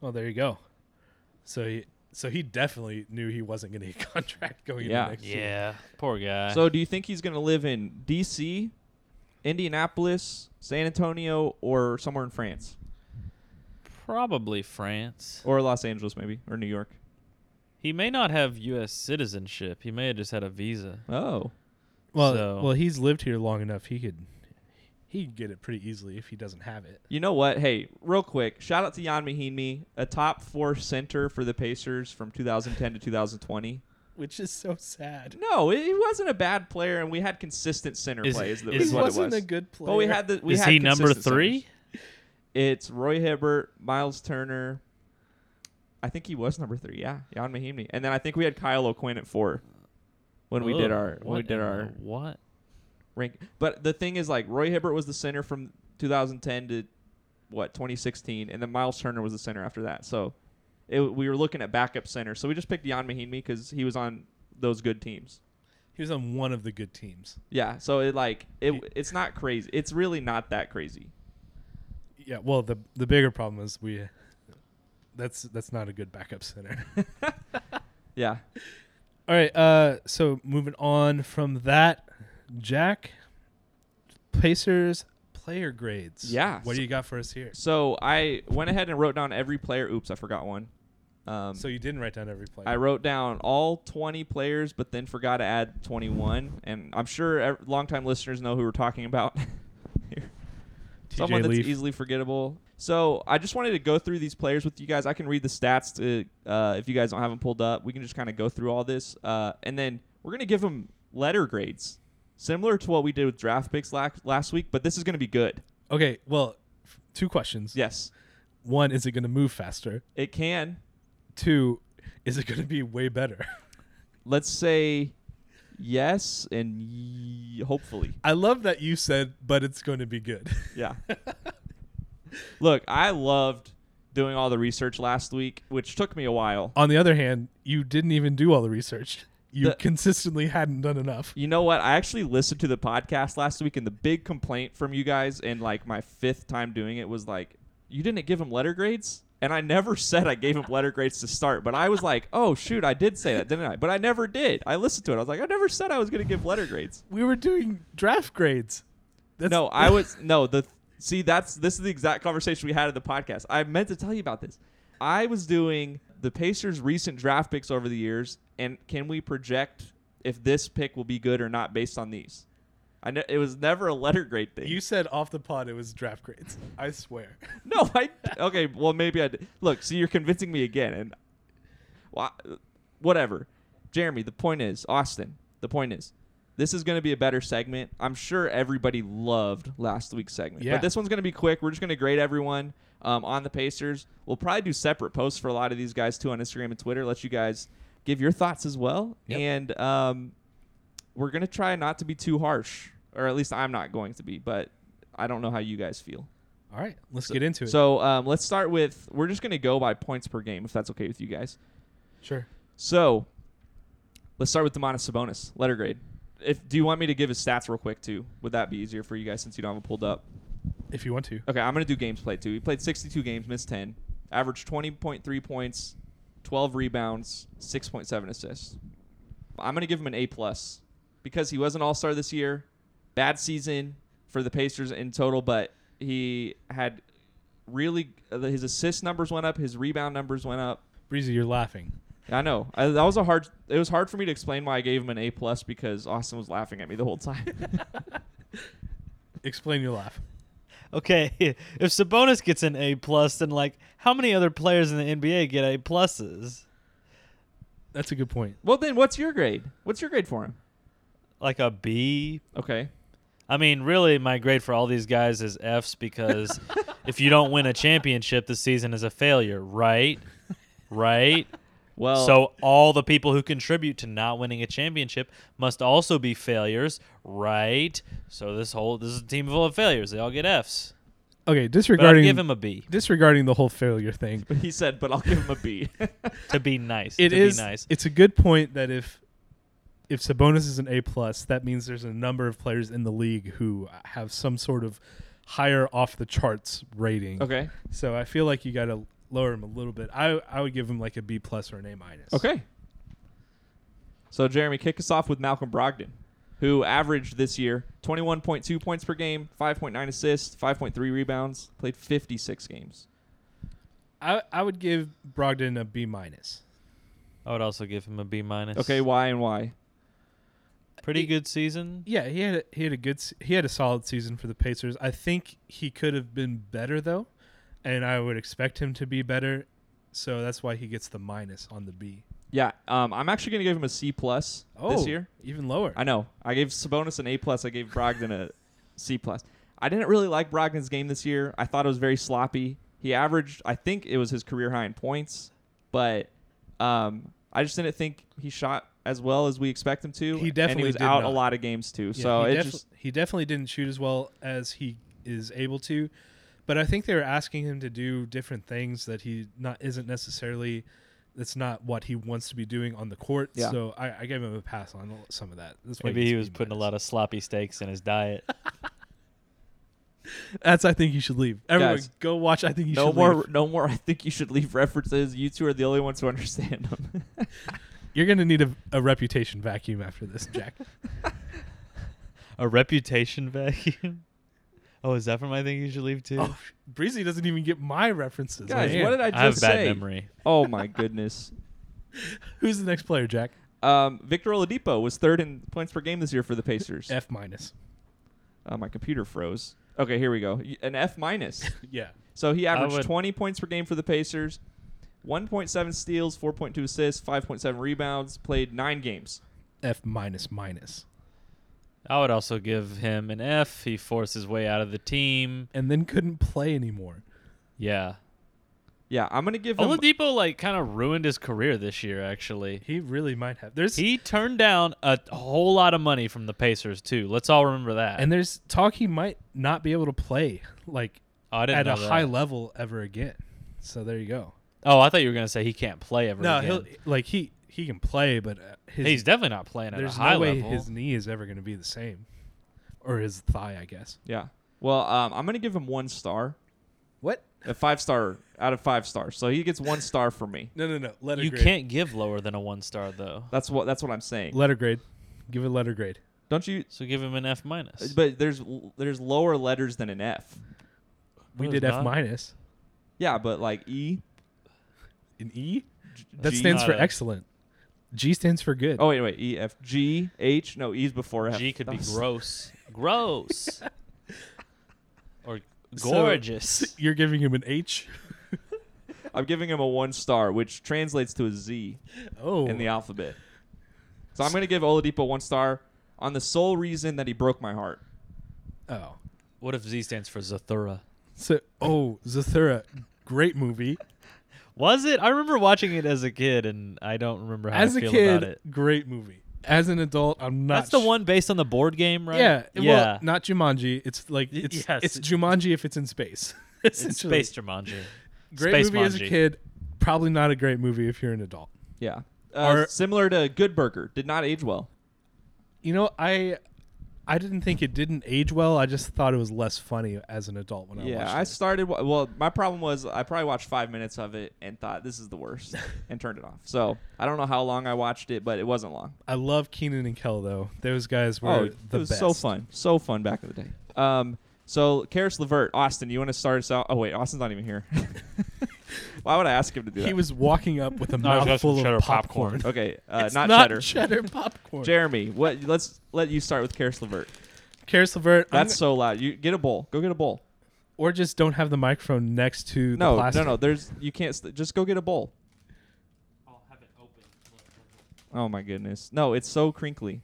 Well, there you go. So he so he definitely knew he wasn't going to get a [LAUGHS] contract going
Yeah.
into next year.
Yeah, poor
Uh.
guy.
So, do you think he's going to live in D.C., Indianapolis, San Antonio, or somewhere in France?
Probably France.
or Los Angeles maybe or New York.
He may not have U.S. citizenship. He may have just had a visa.
Oh,
Well,
So-
well, he's lived here long enough. He could he could get it pretty easily if he doesn't have it.
you know what? Hey, real quick, shout out to Jan Mahinmi, a top four center for the Pacers from 2010 to 2020.
Which is so sad.
No, it- he wasn't a bad player, and we had consistent center
Is-
play. Is, the,
is-
is
he
what it
wasn't
was.
a good player.
But we had the. We
Is
had
he number
consistent
three?
centers. It's Roy Hibbert, Miles Turner. I think he was number three. Yeah, Jan Mahimni, and then I think we had Kyle O'Quinn at four when we did
Ugh,
our when we
Oh, what
did
in
our
the what?
rank. But the thing is, like Roy Hibbert was the center from 2010 to what 2016, and then Miles Turner was the center after that. So it, we were looking at backup center. So we just picked Jan Mahimi because he was on those good teams.
he was on one of the good teams.
Yeah. So it like it, it's not crazy. It's really not that crazy.
Yeah. Well, the the bigger problem is we. That's that's not a good backup center. [LAUGHS]
Yeah.
All right. Uh, so moving on from that, Jack. Pacers player grades.
Yeah,
What
so-
do you got for us here?
So I went ahead and wrote down every player. Oops, I forgot one. Um,
So you didn't write down every player.
I wrote down all 20 players, but then forgot to add 21. And I'm sure ev- longtime listeners know who we're talking about. [LAUGHS] here.
TJ
Someone that's
Leaf.
easily forgettable. So I just wanted to go through these players with you guys. I can read the stats to uh, if you guys don't have them pulled up. We can just kind of go through all this, uh, and then we're gonna give them letter grades, similar to what we did with draft picks last last week. But this is gonna be good.
Okay. Well, f- two questions.
Yes,
One, is it going to move faster?
it can.
Two, is it going to be way better? [LAUGHS]
Let's say yes and y- hopefully.
I love that you said, but it's going to be good. [LAUGHS]
Yeah. Look, I loved doing all the research last week, which took me a while.
On the other hand, you didn't even do all the research. You
The-
consistently hadn't done enough.
You know what? I actually listened to the podcast last week, and the big complaint from you guys, and like my fifth time doing it, was like, you didn't give him letter grades? And I never [LAUGHS] said I gave him letter grades to start, but I was like, oh, shoot, I did say that, didn't I? But I never did. I listened to it. I was like, I never said I was going to give letter grades.
We were doing draft grades. That's,
no, I was no the see that's this is the exact conversation we had in the podcast. I meant to tell you about this. I was doing the Pacers' recent draft picks over the years, and can we project if this pick will be good or not based on these? I know it was never a letter grade thing.
You said off the pod it was draft grades. I swear.
[LAUGHS] no, I okay. Well, maybe I did. look. See, you're convincing me again, and well, I- whatever. Jeremy, the point is, Austin, the point is, this is going to be a better segment. I'm sure everybody loved last week's segment,
Yeah.
but this one's going to be quick. We're just going to grade everyone um, on the Pacers. We'll probably do separate posts for a lot of these guys too on Instagram and Twitter. Let you guys give your thoughts as well,
Yep.
and um, we're going to try not to be too harsh, or at least I'm not going to be. But I don't know how you guys feel.
[LAUGHS] All right, let's get into it.
So um, let's start with we're just going to go by points per game if that's okay with you guys.
sure.
So let's start with Demonis Sabonis letter grade. If do you want me to give his stats real quick too? Would that be easier for you guys since you don't have it pulled up?
If you want to.
Okay, I'm going to do games played too. He played 62 games, missed 10, averaged 20.3 points, 12 rebounds, 6.7 assists. I'm going to give him an A plus because he was an All Star this year. Bad season for the Pacers in total, but he had really uh, his assist numbers went up, his rebound numbers went up.
Breezy, you're laughing.
I know I, that was a hard. It was hard for me to explain why I gave him an A plus because Austin was laughing at me the whole time. [LAUGHS]
Explain your laugh.
Okay, [LAUGHS] if Sabonis gets an A plus, then like how many other players in the NBA get A pluses?
That's a good point.
well, then what's your grade? What's your grade for him?
Like a B.
Okay,
I mean, really, my grade for all these guys is Fs because if you don't win a championship, the season is a failure, right? Right.
well,
so all the people who contribute to not winning a championship must also be failures, right? So this whole this is a team full of failures. They all get Fs.
Okay,
But I'd
disregarding
give him a B
disregarding the whole failure thing.
But he said, but I'll give him a B.
to be nice.
It
to
is.
be nice.
It's a good point that if if Sabonis is an A plus, that means there's a number of players in the league who have some sort of higher off the charts rating.
okay.
So I feel like you got to lower him a little bit. I I would give him like a B plus or an A minus.
Okay. So, Jeremy, kick us off with Malcolm Brogdon, who averaged this year 21.2 points per game, 5.9 assists, 5.3 rebounds, played 56 games.
I I would give Brogdon a B minus.
I would also give him a B minus.
Okay, why and why?
pretty good season.
Yeah, he had a, he had a good se- he had a solid season for the Pacers. I think he could have been better though, and I would expect him to be better. So that's why he gets the minus on the B.
Yeah, um, I'm actually gonna give him a C plus
Oh.
this year.
even lower.
I know. I gave Sabonis an A plus. I gave Brogdon a C plus. I didn't really like Brogdon's game this year. I thought it was very sloppy. He averaged, I think it was his career high in points, but um, I just didn't think he shot as well as we expect him to.
He
and he
definitely
was
did
out a
not.
lot of games too.
Yeah,
so
he,
it
defi-
just
he definitely didn't shoot as well as he is able to, but I think they were asking him to do different things that he not isn't necessarily. That's not what he wants to be doing on the court.
Yeah.
So I, I gave him a pass on some of that. That's why
Maybe
gets
he was
B
putting a
minus.
lot of sloppy steaks in
[LAUGHS]
his diet.
That's I think you should leave. Everyone,
Guys,
go watch. I think you
no
should
more,
leave.
no more. [LAUGHS] I think you should leave references. You two are the only ones who understand
[LAUGHS]
them.
You're gonna need a, a reputation vacuum after this,
[LAUGHS]
Jack.
a reputation
[LAUGHS]
vacuum. Oh, is that from I think you should leave too?
oh, [LAUGHS] Breezy doesn't even get my references.
Guys,
man.
what did I just
I have bad
say?
memory.
Oh my goodness.
Who's the next player, Jack?
Um, Victor Oladipo was third in points per game this year for the Pacers.
F minus.
Uh, my computer froze. Okay, here we go. Y- An F
[LAUGHS]
minus.
Yeah.
so he
I
averaged
would-
20 points per game for the Pacers, 1.7 steals, 4.2 assists, 5.7 rebounds. Played nine games.
F minus minus.
I would also give him an F. He forced his way out of the team.
And then couldn't play anymore.
Yeah.
Yeah, I'm gonna give him.
Oladipo like kind of ruined his career this year actually.
He really might have. There's
He turned down a whole lot of money from the Pacers too. Let's all remember that.
and there's talk he might not be able to play like
oh, I didn't
at
know
a
that.
high level ever again. So there you go.
Oh, I thought you were going to say he can't play ever
No,
again.
he'll like he he can play, but uh, his
He's definitely not playing at a
there's
high
no way
level.
his knee is ever going to be the same, or his thigh, I guess.
yeah. Well, um, I'm gonna give him one star,
What?
a five star out of five stars. So he gets one star from me.
No, no, no. Letter
you
grade.
can't give lower than a 1 star though.
That's what. That's what I'm saying.
letter grade. Give it letter grade.
Don't you?
So give him an F minus.
But there's there's lower letters than an F.
We
No,
did
it's
F
not.
minus.
Yeah, but like E.
An E.
G-
That
G-
stands for
Not a-
excellent. G stands for good.
Oh wait, wait. E F G H. No, E's before F.
G could be
That
[LAUGHS]
was-
gross. gross. Or
So- [LAUGHS]
gorgeous.
You're giving him an H.
I'm giving him a one star, which translates to a Z
Oh,
in the alphabet. So I'm going to give Oladipo one star on the sole reason that he broke my heart.
oh.
what if Z stands for Zathura?
So oh, Zathura, great movie.
Was it? I remember watching it as a kid, and I don't remember how
As
I
a
feel about
kid,
it.
great movie. As an adult, I'm not.
That's the
sh-
one based on the board game, right?
Yeah,
yeah.
Well, not Jumanji. It's like
Y-
it's
yes.
it's Jumanji if it's in space. [LAUGHS]
it's
Essentially.
Space
[LAUGHS]
Jumanji.
Great
Space
movie as a
Manji.
kid. Probably not a great movie if you're an adult.
Yeah. Uh,
Are-
similar to Good Burger, did not age well.
You know, I I didn't think it didn't age well. I just thought it was less funny as an adult when I
yeah,
watched
I
it.
started. wa- Well, my problem was I probably watched five minutes of it and thought this is
[LAUGHS]
the worst and turned it off. So I don't know how long I watched it, but it wasn't long.
I love Keenan and Kel though. Those guys were
Oh,
the
it was
best.
so fun, so fun back in the day. Um, so Karis Levert, Austin, you want to start us out? Oh wait, Austin's not even here. [LAUGHS] Why would I ask him to do that?
He was walking up
[LAUGHS]
with a
I was got some
mouthful
cheddar
of popcorn.
popcorn.
[LAUGHS] okay, uh,
It's
not,
not
cheddar.
cheddar popcorn.
Jeremy, what? Let's let you start with Karis Levert.
Karis LeVert, I'm
That's so loud. You get a bowl. Go get a bowl.
gonna- or just don't have the microphone next to the
No,
plastic.
no, no. There's you can't. St- just go get a bowl.
I'll have it open.
Oh my goodness. No, it's so
[LAUGHS]
crinkly.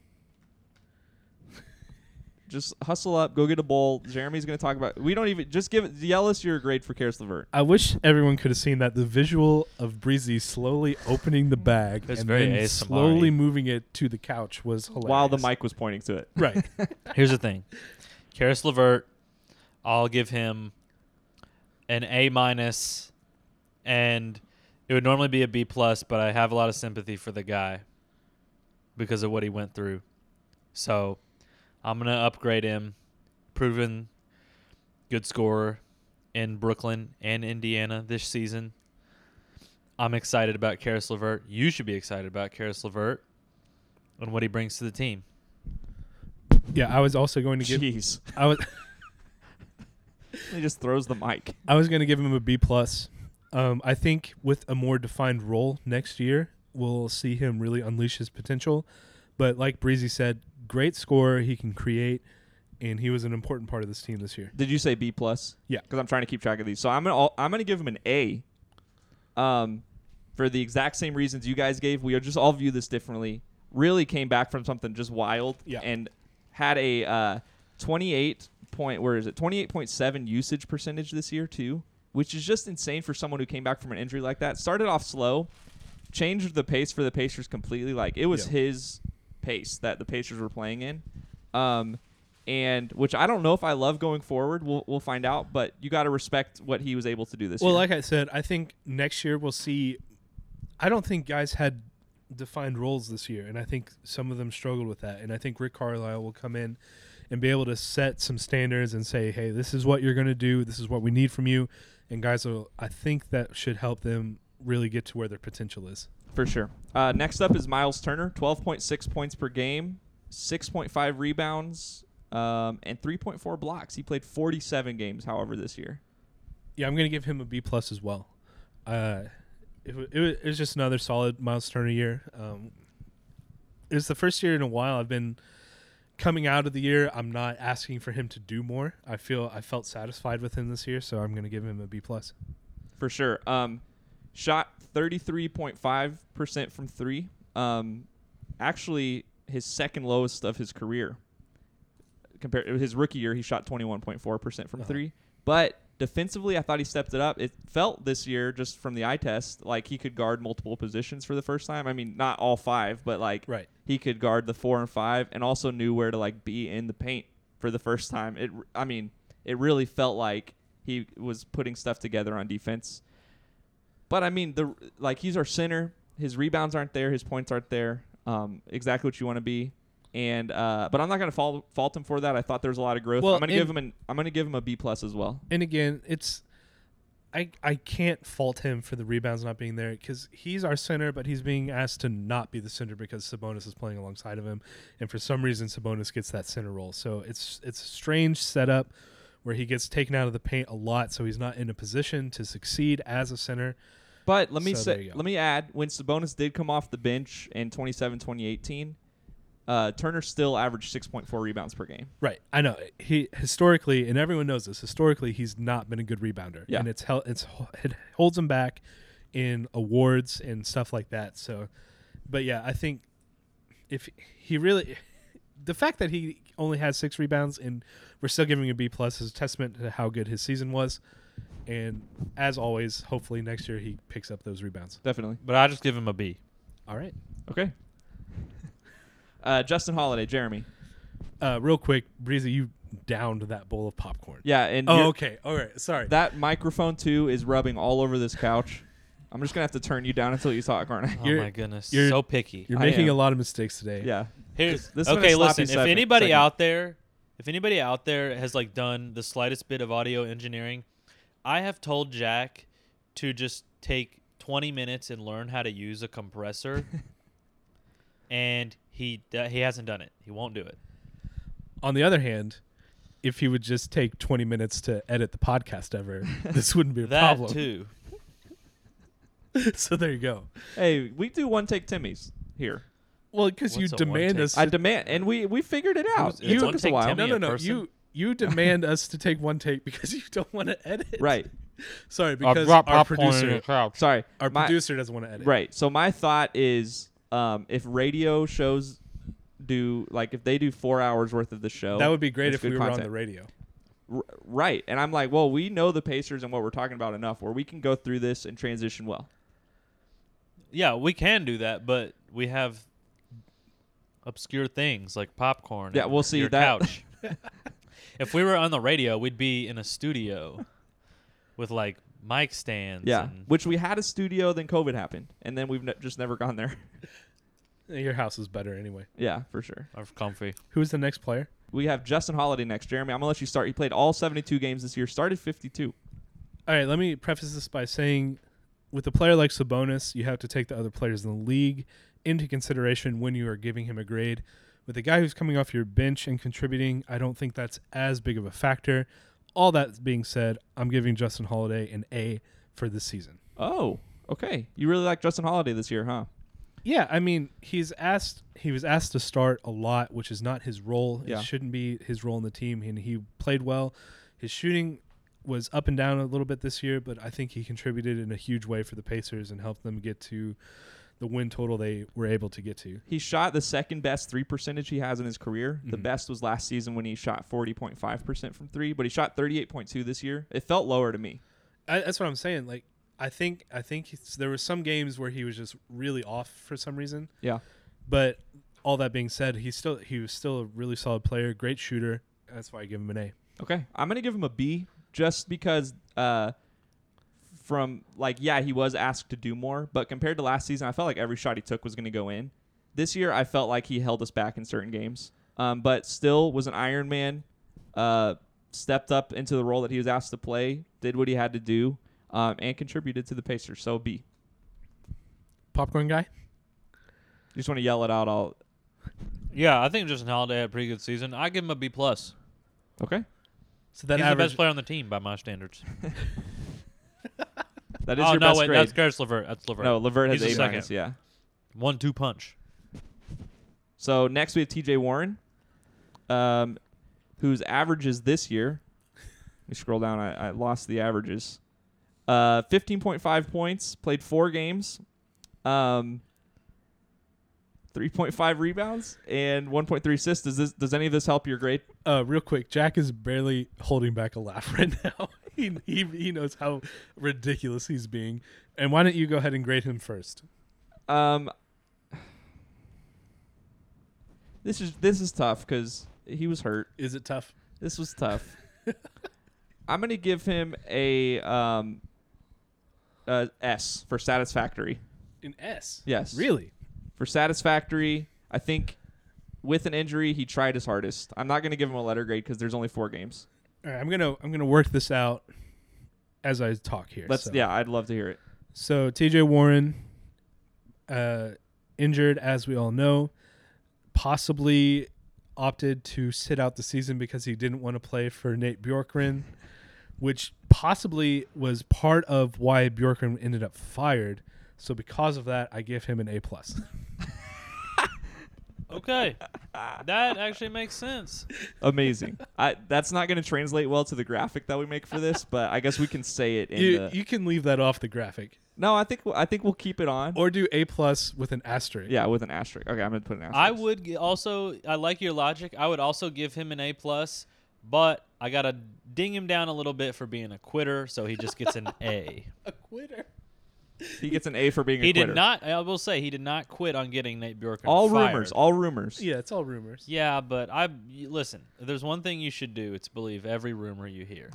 just hustle up. Go get a bowl. Jeremy's gonna talk about. We don't even. Just give it. Yell us your grade for Karis Levert.
I wish everyone could have seen that the visual of Breezy slowly opening the bag
It's
and
very
then
ASMR-y.
slowly moving it to the couch was hilarious.
While the mic was pointing to it.
right,
Here's the thing, Karis Levert. I'll give him an A minus, and it would normally be a B plus, but I have a lot of sympathy for the guy because of what he went through. So I'm gonna upgrade him. Proven good scorer in Brooklyn and Indiana this season. I'm excited about Karis Levert. You should be excited about Karis Levert and what he brings to the team.
yeah. I was also going to give.
Jeez. [LAUGHS]
I was.
he just throws the mic.
I was going to give him a B plus. Um, I think with a more defined role next year, we'll see him really unleash his potential. But like Breezy said, great scorer. He can create, and he was an important part of this team this year.
Did you say B plus?
Yeah.
Because I'm trying to keep track of these. So I'm gonna all, I'm gonna give him an A. Um, for the exact same reasons you guys gave. We just all view this differently. Really came back from something just wild.
Yeah.
And had a uh, 28 point where is it 28.7 usage percentage this year too, which is just insane for someone who came back from an injury like that. Started off slow, changed the pace for the Pacers completely. Like it was
Yeah.
his pace that the Pacers were playing in. Um, and which I don't know if I love going forward. We'll, we'll find out, but you got to respect what he was able to do this
Well,
year.
like I said, I think next year we'll see. I don't think guys had defined roles this year, and I think some of them struggled with that. And I think Rick Carlisle will come in and be able to set some standards and say, "Hey, this is what you're going to do. This is what we need from you." And guys, will I think that should help them really get to where their potential is.
For sure. Uh, next up is Miles Turner, 12.6 points per game, 6.5 rebounds, um, and 3.4 blocks. He played 47 games, however, this year.
Yeah, I'm going to give him a B plus as well. Uh, it, wa- it, wa- it was just another solid Miles Turner year. Um, it was the first year in a while I've been coming out of the year. I'm not asking for him to do more. I feel I felt satisfied with him this year, so I'm going to give him a B plus.
For sure. Um, shot 33.5% from three. Um, actually, his second lowest of his career. Compared his rookie year, he shot 21.4% from
Uh-huh.
three. But defensively, I thought he stepped it up. It felt this year, just from the eye test, like he could guard multiple positions for the first time. I mean, not all five, but like
Right.
he could guard the four and five, and also knew where to like be in the paint for the first time. It, I mean, it really felt like he was putting stuff together on defense. But I mean, the like he's our center. His rebounds aren't there. His points aren't there. Um, exactly what you want to be. And uh, but I'm not gonna fault, fault him for that. I thought there was a lot of growth.
Well,
I'm gonna
and-
give him an I'm gonna give him a B plus as well.
And again, it's I I can't fault him for the rebounds not being there because he's our center, but he's being asked to not be the center because Sabonis is playing alongside of him, and for some reason Sabonis gets that center role. So it's it's a strange setup where he gets taken out of the paint a lot, so he's not in a position to succeed as a center.
But let me
So there
say,
you go.
let me add, when Sabonis did come off the bench in 27 2018, uh, Turner still averaged 6.4 rebounds per game.
Right, I know he historically, and everyone knows this. Historically, he's not been a good rebounder,
Yeah.
and it's hel- it's ho- it holds him back in awards and stuff like that. So, but yeah, I think if he really, the fact that he only has six rebounds and we're still giving him a B plus is a testament to how good his season was. And as always, hopefully next year he picks up those rebounds.
Definitely.
But I just give him a B.
All right.
Okay. [LAUGHS] uh, Justin Holiday, Jeremy.
Uh, real quick, Breezy, you downed that bowl of popcorn.
Yeah, and
Oh,
you're-
okay. All right. Sorry.
that microphone too is rubbing all over this couch. I'm just gonna have to turn you down until you talk,
[LAUGHS]
aren't I?
Oh
You're-
my goodness,
you're-
so picky.
You're
I
making
am.
a lot of mistakes today.
Yeah.
Here's
this has been a
okay.
sloppy
Listen, if
segment-
anybody
segment.
out there, if anybody out there has like done the slightest bit of audio engineering, I have told Jack to just take 20 minutes and learn how to use
[LAUGHS]
a compressor, and he d- he hasn't done it. He won't do it.
on the other hand, if he would just take 20 minutes to edit the podcast ever,
[LAUGHS]
this wouldn't be a
That
problem.
too.
[LAUGHS] so there you go.
Hey, we do one take Timmy's here.
Well, because you
What's a one
demand
take?
us.
I
to-
demand, and we we figured it out.
It's
It
one
took us a
take
while.
Timmy.
no, no,
in
no.
person?
You
[LAUGHS]
you demand us to take one take because [LAUGHS] you don't want to edit.
Right.
Sorry,
I
because
dropped
our
popcorn in the
producer,
couch.
Sorry.
our
My-
producer doesn't want to edit.
Right. So my thought is, um, if radio shows do like if they do four hours worth of the show,
That would be great
it's
if we
good
were on the
content.
radio.
R- right. And I'm like, well, we know the Pacers and what we're talking about enough where we can go through this and transition well.
Yeah, we can do that, but we have obscure things like popcorn.
Yeah,
and
we'll see
your
that- [LAUGHS]
couch. [LAUGHS] if we were on the radio, we'd be in a studio with like mic stands.
Yeah.
and-
Which we had a studio, then COVID happened, and then we've ne- just never gone there. [LAUGHS]
Your house is better anyway.
yeah, for sure.
are comfy.
Who's the next player?
We have Justin Holiday next, Jeremy. I'm gonna let you start. He played all 72 games this year. Started 52.
All right, let me preface this by saying with a player like Sabonis, you have to take the other players in the league into consideration when you are giving him a grade. With a guy who's coming off your bench and contributing, I don't think that's as big of a factor. All that being said, I'm giving Justin Holiday an A for this season.
Oh, okay. You really like Justin Holiday this year, huh?
Yeah, I mean, he's asked. He was asked to start a lot, which is not his role.
Yeah.
It shouldn't be his role in the team, and he played well. His shooting was up and down a little bit this year, but I think he contributed in a huge way for the Pacers and helped them get to the win total they were able to get to.
He shot the second best three percentage he has in his career. The best was last season when he shot 40.5% from three, but he shot 38.2 this year. It felt lower to me.
I, that's what I'm saying. Like, I think I think it's- there were some games where he was just really off for some reason.
Yeah.
But all that being said, he's still he was still a really solid player, great shooter. That's why I give him an A.
Okay. I'm going to give him a B just because uh from like yeah, he was asked to do more, but compared to last season, I felt like every shot he took was going to go in. This year, I felt like he held us back in certain games. Um, but still was an Iron Man, uh stepped up into the role that he was asked to play, did what he had to do, um, and contributed to the Pacers. So B.
Popcorn guy.
You just want to yell it out all
Yeah, I think Justin Holiday had a pretty good season. I give him a B plus.
Okay.
So that
He's the
average.
best player on the team by my standards.
That is
oh
your
no,
best
wait,
grade.
that's Karis Levert. That's Levert.
no, Levert has
He's the
A
second.
minus, yeah.
One two punch.
So next we have TJ Warren, um, whose averages this year. Let me scroll down. I, I lost the averages. Uh, 15.5 points, played four games, um, 3.5 rebounds, and 1.3 assists. Does this does any of this help your grade?
uh, real quick, Jack is barely holding back a laugh [LAUGHS] right now. he, he he knows how ridiculous he's being. And why don't you go ahead and grade him first?
Um, this is this is tough because he was hurt.
Is it tough?
This was tough. I'm gonna give him a um uh, S for satisfactory.
An S.
Yes.
Really?
For satisfactory, I think with an injury he tried his hardest. I'm not gonna give him a letter grade because there's only four games.
All right, I'm gonna I'm gonna work this out as I talk here.
Let's
so.
yeah, I'd love to hear it.
So T.J. Warren, uh, injured as we all know, possibly opted to sit out the season because he didn't want to play for Nate Bjorkren, which possibly was part of why Bjorkren ended up fired. So because of that, I give him an A
[LAUGHS]
plus.
[LAUGHS]
Okay, that actually makes sense. [LAUGHS]
Amazing. I that's not gonna translate well to the graphic that we make for this, but I guess we can say it in
You,
uh,
the
you can leave that off the graphic
No, I think we'll- I think we'll keep it on.
or do A plus with an asterisk.
yeah, with an asterisk. Okay, I'm gonna put an asterisk.
I would g- also. I like your logic. I would also give him an A plus, but I gotta ding him down a little bit for being a quitter, so he just gets an
[LAUGHS]
A.
a quitter.
he gets an A for being a
He
quitter.
did not. I will say he did not quit on getting Nate Bjorken.
all
fired.
rumors, all rumors.
Yeah, it's all rumors.
Yeah, but I y- listen. if There's one thing you should do. It's believe every rumor
[LAUGHS]
you hear.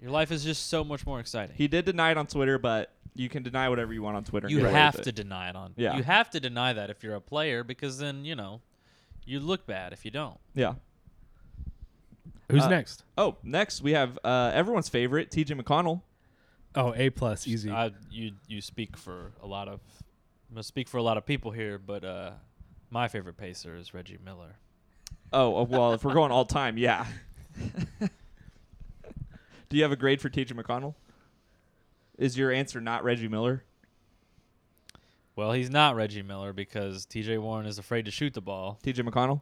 Your life is just so much more exciting.
He did deny it on Twitter, but you can deny whatever you want on Twitter. and
you
get away
have
with
to
it.
deny it on.
Yeah.
You have to deny that if you're a player, because then you know, you look bad if you don't.
Yeah.
Who's
Uh,
next?
Oh, next we have uh, everyone's favorite T.J. McConnell.
Oh, A plus, easy.
I, you you speak for a lot of, I'm gonna speak for a lot of people here, but uh, my favorite pacer is Reggie Miller.
Oh, uh, well, if we're going all time, yeah. Do you have a grade for T.J. McConnell? Is your answer not Reggie Miller?
Well, he's not Reggie Miller because T.J. Warren is afraid to shoot the ball.
T.J. McConnell.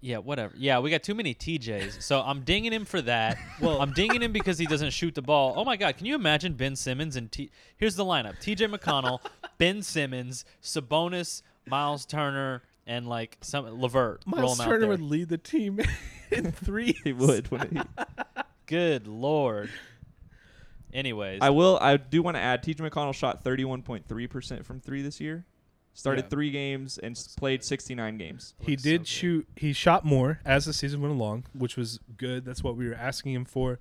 Yeah, whatever. Yeah, we got too many TJs. So I'm dinging him for
[LAUGHS]
that. Well, I'm dinging him because he doesn't shoot the ball. Oh my God, can you imagine Ben Simmons and T? Here's the lineup:
[LAUGHS]
TJ McConnell, Ben Simmons, Sabonis, Miles Turner, and like some Levert. Roll
Miles
'em out
Turner
there.
would lead the team [LAUGHS] in three.
He would. wouldn't he?
Good lord. Anyways,
I will. I do want to add. T.J. McConnell shot 31.3 percent from three this year. Started
Yeah.
three games and s- played 69 games.
He
Looks so
did
good.
shoot. He shot more as the season went along, which was good. That's what we were asking him for.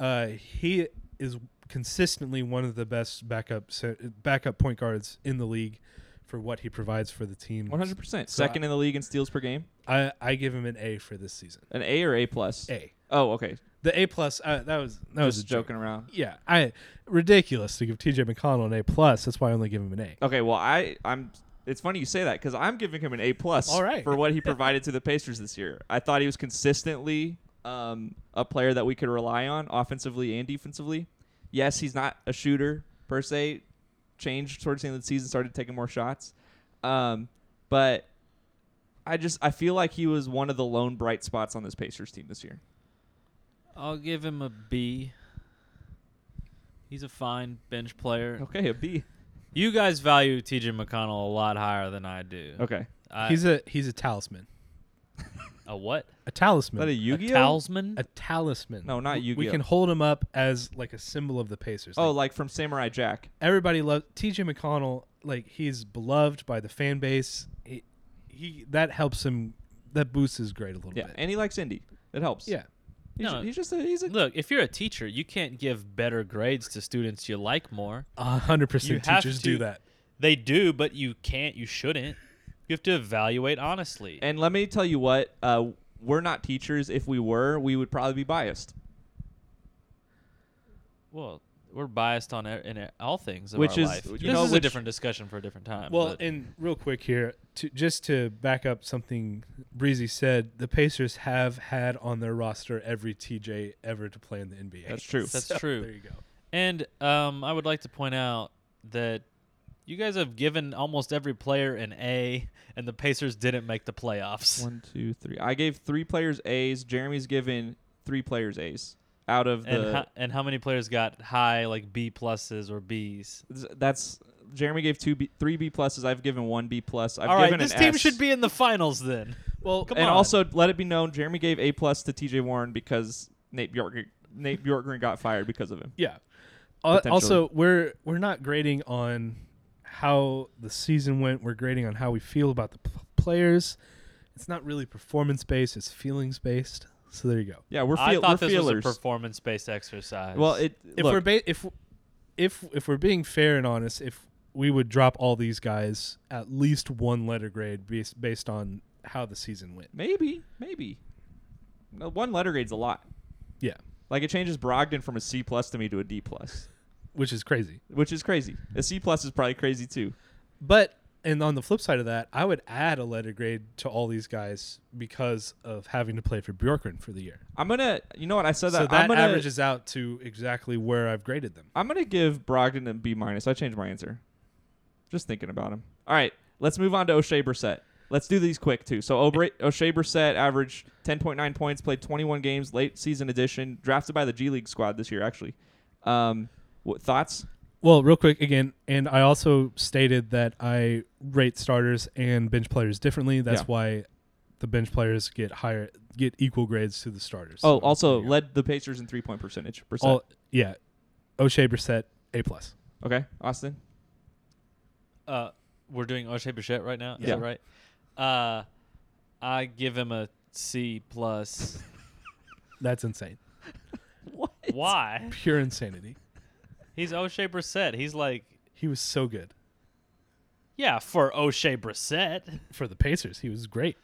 Uh, he is consistently one of the best backup se- backup point guards in the league for what he provides for the team.
100. percent
So I-
Second in the league in steals per game.
I I give him an A for this season.
An A or A plus?
A.
Oh, okay.
The A plus. Uh, that was that was a
Just
joke.
joking around.
Yeah, I ridiculous to give T.J. McConnell an A plus. That's why I only give him an A.
Okay, well, I I'm. It's funny you say that because I'm giving him an A plus
All right.
for
[LAUGHS]
what he provided to the Pacers this year. I thought he was consistently um, a player that we could rely on offensively and defensively. Yes, he's not a shooter per se. Changed towards the end of the season, started taking more shots. Um, but I just I feel like he was one of the lone bright spots on this Pacers team this year.
I'll give him a B. He's a fine bench player.
Okay, a B.
You guys value T.J. McConnell a lot higher than I do.
Okay,
I,
he's a he's a talisman.
a what?
A talisman.
not a Yu-Gi-Oh.
Talisman?
a talisman.
No, not
W- We
Yu-Gi-Oh.
can hold him up as like a symbol of the Pacers.
Oh,
Like,
like from Samurai Jack.
everybody loves TJ McConnell. Like he's beloved by the fan base. He, he that helps him. That boosts his grade a little
Yeah,
bit.
and he likes indie. It helps.
yeah.
he's,
No.
he's just a, he's a
Look, if you're a teacher, you can't give better grades to students you like more.
A hundred percent
You have
teachers
to-
do that.
They do, but you can't. You shouldn't. You have to evaluate honestly.
And let me tell you what, uh, we're not teachers. If we were, we would probably be biased,
well, we're biased on e- in all things of
Which
our
is-
life.
you
this
know,
is a
which-
different discussion for a different time.
Well,
but-
and real quick here, to, just to back up something Breezy said, the Pacers have had on their roster every TJ ever to play in the NBA.
That's true.
That's
So,
true.
There you go.
And um, I would like to point out that you guys have given almost every player an A, and the Pacers didn't make the playoffs.
One, two, three. I gave three players A's. Jeremy's given three players A's out of
and
the.
ho- and how many players got high like B pluses or Bs?
that's Jeremy gave two, B, three B pluses. I've given one B plus. I've
All right,
given
this
an
team
S.
should be in the finals then.
Well,
Come
and
on.
also, let it be known, Jeremy gave A plus to T.J. Warren because Nate Bjork Nate Bjorkgren got fired because of him.
yeah. Al-
Potentially.
Also, we're we're not grading on how the season went. We're grading on how we feel about the p- players. It's not really performance based. It's feelings based. So there you go.
Yeah, we're, feel-
I thought
we're
this
feelers.
was a performance-based exercise.
well, it
If
look,
we're ba- if if if we're being fair and honest, if we would drop all these guys at least one letter grade based based on how the season went.
maybe maybe No, one letter grade's a lot.
Yeah,
Like it changes Brogdon from a C plus to me to a D plus,
which is crazy.
which is crazy. A C plus is probably crazy too.
But and on the flip side of that, I would add a letter grade to all these guys because of having to play for Bjorkren for the year.
I'm gonna, you know what I said that.
so that
I'm gonna,
averages out to exactly where I've graded them.
I'm gonna give Brogdon a B minus. I changed my answer. Just thinking about him. All right, let's move on to O'Shea Brissett. Let's do these quick too. So Obre- O'Shea Brissett averaged 10.9 points, played 21 games, late season edition, drafted by the G League squad this year actually. Um, what thoughts?
Well, real quick again, and I also stated that I rate starters and bench players differently. That's
Yeah.
why the bench players get higher, get equal grades to the starters.
Oh,
So,
also
there you go.
led the Pacers in three point percentage. Brissett.
all yeah, O'Shea Brissett A plus.
okay, Austin.
uh, we're doing O'Shea Bichette right now. Is
Yeah.
that right? Uh, I give him a C
[LAUGHS]
plus.
That's insane,
What?
Why?
pure insanity.
He's O'Shea Brissett. He's like,
He was so good
yeah, for O'Shea Brissett, [LAUGHS]
for the Pacers. He was great,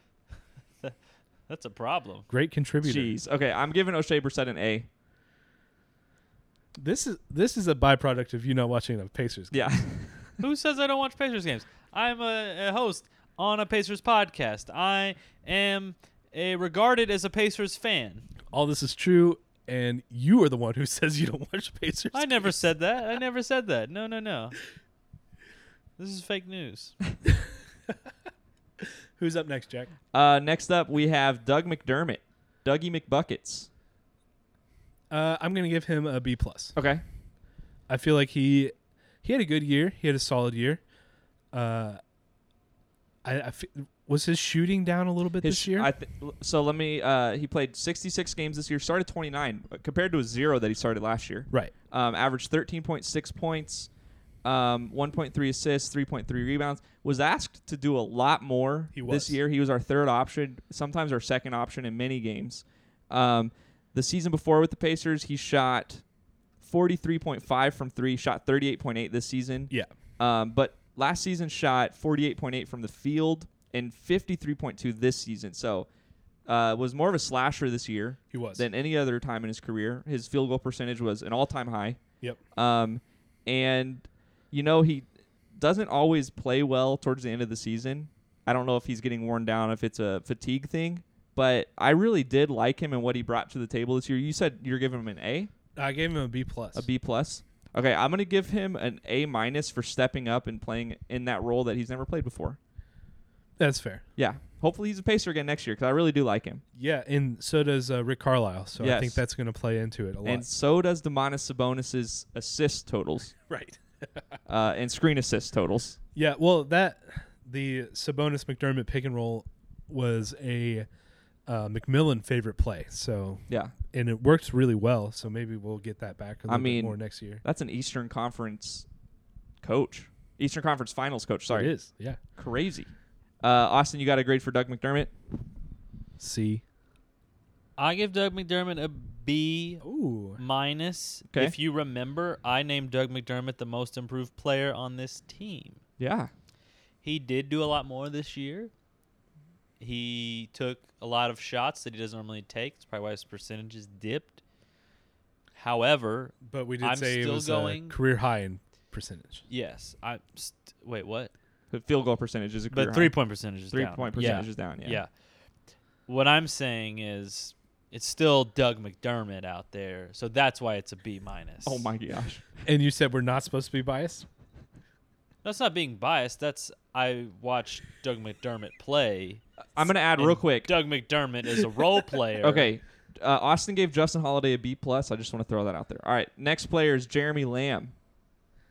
that's a problem.
great contributor.
Jeez. Okay, I'm giving O'Shea Brissett an A.
This is this is a byproduct of you not watching enough Pacers. games.
Yeah. [LAUGHS]
Who says I don't watch Pacers games? I'm a, a host on a Pacers podcast. I am a regarded as a Pacers fan.
all this is true, and you are the one who [LAUGHS] says you don't watch Pacers.
I never said that. I never said that. No, no, no. This is fake news.
Who's up next, Jack?
Uh, next up, we have Doug McDermott, Dougie McBuckets.
Uh, I'm gonna give him a B plus.
Okay.
I feel like he he had a good year. He had a solid year. Uh, I, I fe- was his shooting down a little bit
His,
this year.
I th- so let me. Uh, he played 66 games this year, started 29 uh, compared to a zero that he started last year.
right.
Um, averaged 13.6 points, um, 1.3 assists, 3.3 rebounds. Was asked to do a lot more
He
this
was.
year. He was our third option, sometimes our second option in many games. Um, the season before with the Pacers, he shot 43.5 from three, shot 38.8 this season.
Yeah.
Um, but last season shot 48.8 from the field and 53.2 this season. So uh, was more of a slasher this year
He was.
than any other time in his career. His field goal percentage was an all-time high.
Yep.
Um, and you know he doesn't always play well towards the end of the season. I don't know if he's getting worn down, if it's a fatigue thing, but I really did like him and what he brought to the table this year. You said you're giving him an A.
I gave him a B plus.
A B plus. Okay, I'm gonna give him an A minus for stepping up and playing in that role that he's never played before.
That's fair.
Yeah, hopefully he's a pacer again next year because I really do like him.
Yeah, and so does uh, Rick Carlisle. So I think
Yes.
that's going to play into it a lot.
And so does Demonis Sabonis's assist totals
right.
uh, and screen assist totals.
Yeah. Well, that the Sabonis McDermott pick and roll was a uh, McMillan favorite play. So
Yeah,
and it worked really well. So maybe we'll get that back a
I
little
mean,
bit more next year.
that's an Eastern Conference coach, Eastern Conference Finals coach. Sorry,
It is. Yeah.
crazy. Uh, Austin, you got a grade for Doug McDermott?
C.
I give Doug McDermott a B
Ooh.
minus.
Okay.
If you remember, I named Doug McDermott the most improved player on this team.
Yeah,
He did do a lot more this year. He took a lot of shots that he doesn't normally take. That's probably why his percentages dipped. However,
But we did
I'm
say it
still
was
going-
a career high in percentage.
yes, I st- wait. What?
the field goal percentage is a career
But
high.
three point percentage is
Three
down.
point
Yeah.
percentage is down. Yeah.
yeah. What I'm saying is, it's still Doug McDermott out there, so that's why it's a B minus.
Oh my
[LAUGHS]
gosh.
And you said we're not supposed to be biased.
That's not being biased. That's I watched Doug McDermott play.
I'm gonna add real
and
quick.
Doug McDermott is a role [LAUGHS] player.
Okay. Uh, Austin gave Justin Holiday a B plus. I just want to throw that out there. All right, next player is Jeremy Lamb.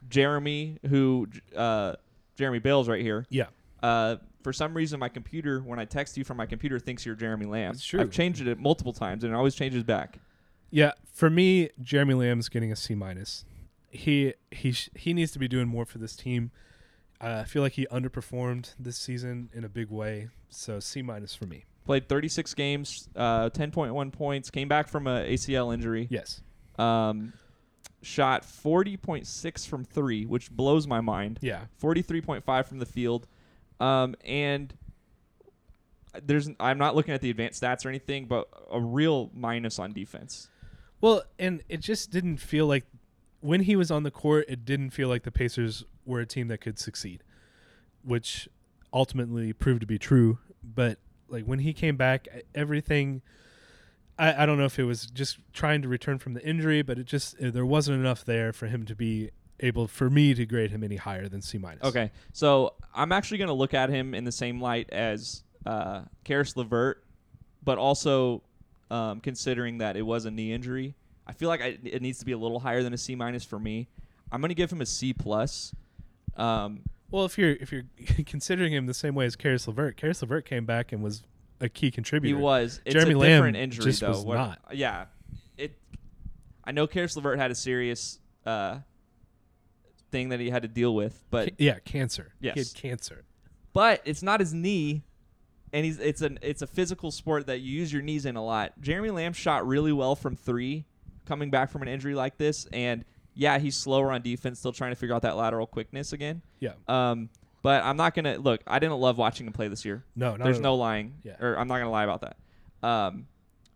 Jeremy, who uh, Jeremy Bales right here.
Yeah.
Uh, for some reason, my computer, when I text you from my computer, thinks you're Jeremy Lamb.
It's true.
I've changed it multiple times, and it always changes back.
Yeah, for me, Jeremy Lamb's getting a C minus. He he sh- he needs to be doing more for this team. Uh, I feel like he underperformed this season in a big way, so C minus for me.
Played 36 games, uh, 10.1 points. Came back from a ACL injury.
Yes.
Um, shot 40.6 from three, which blows my mind.
Yeah.
43.5 from the field. Um, and there's I'm not looking at the advanced stats or anything, but a real minus on defense.
Well, and it just didn't feel like when he was on the court, it didn't feel like the Pacers were a team that could succeed, which ultimately proved to be true. But like when he came back, e- everything. I, I don't know if it was just trying to return from the injury, but it just eh, there wasn't enough there for him to be able for me to grade him any higher than C minus.
Okay, so I'm actually going to look at him in the same light as uh, Karis Levert, but also um, considering that it was a knee injury, I feel like I, it needs to be a little higher than a C minus for me. I'm going to give him a C plus. Um,
Well, if you're if you're [LAUGHS] considering him the same way as Karis Levert, Karis Levert came back and was a key
He
contributor.
was. It's
Jeremy
a
Lamb
different injury
just
though.
was
What-
not.
Yeah. It. I know Karis Levert had a serious uh, thing that he had to deal with, but
Ca- yeah, cancer.
Yes.
He had cancer.
but it's not his knee, and he's it's an it's a physical sport that you use your knees in a lot. Jeremy Lamb shot really well from three, coming back from an injury like this, and yeah, he's slower on defense, still trying to figure out that lateral quickness again.
Yeah.
Um, but I'm not gonna look. I didn't love watching him play this year.
No, not
there's
at
no
all.
lying.
Yeah.
Or I'm not gonna lie about that. Um,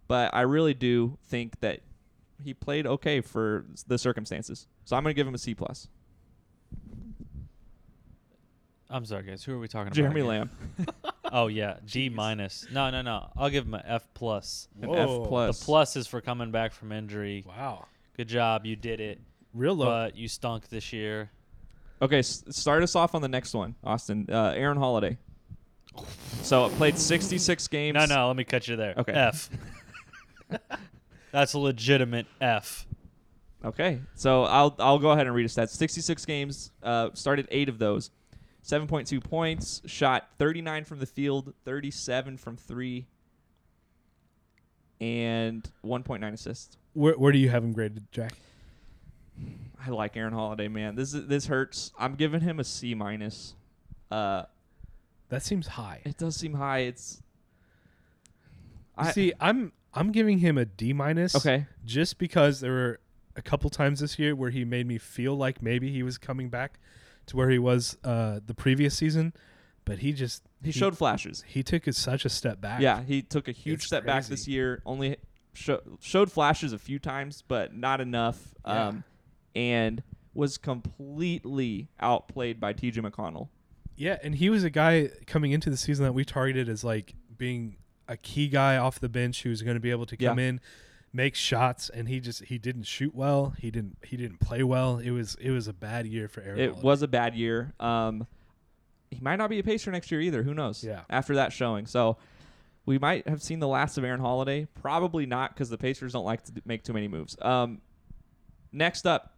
but I really do think that he played okay for the circumstances. So I'm gonna give him a C plus.
I'm sorry, guys. Who are we talking about?
Jeremy
again?
Lamb, [LAUGHS]
Oh yeah, D minus. No, no, no. I'll give him an F plus.
an
Whoa.
F plus.
The plus is for coming back from injury.
Wow.
Good job, you did it.
Real low.
But you stunk this year.
Okay, s- start us off on the next one, Austin. Uh, Aaron
[LAUGHS]
Holiday. So it played 66 games.
No, no. Let me cut you there.
Okay. [LAUGHS]
F. That's a legitimate F.
Okay, so I'll I'll go ahead and read his stats. 66 games. Uh, started eight of those. 7.2 points. Shot 39 from the field, 37 from three, and 1.9 assists.
Where, where do you have him graded, Jack?
I like Aaron Holiday, man. This is, this hurts. I'm giving him a C minus. Uh,
That seems high.
it does seem high. It's.
You See, I'm I'm giving him a D minus.
Okay.
Just because there were a couple times this year where he made me feel like maybe he was coming back to where he was uh, the previous season, but he just
He showed flashes.
he took a, such a step back.
Yeah, he took a huge
It's
step back this
crazy.
year. Only sho- showed flashes a few times, but not enough. Um, and was completely outplayed by T.J. McConnell.
Yeah, and he was a guy coming into the season that we targeted as like being a key guy off the bench who's going to be able to come
Yeah.
in, makes shots, and he just he didn't shoot well. He didn't he didn't play well. It was it was a bad year for Aaron.
It
Holiday.
was a bad year. Um, he might not be a pacer next year either. Who knows?
Yeah.
After that showing, so we might have seen the last of Aaron Holiday. Probably not because the Pacers don't like to d- make too many moves. Um, next up,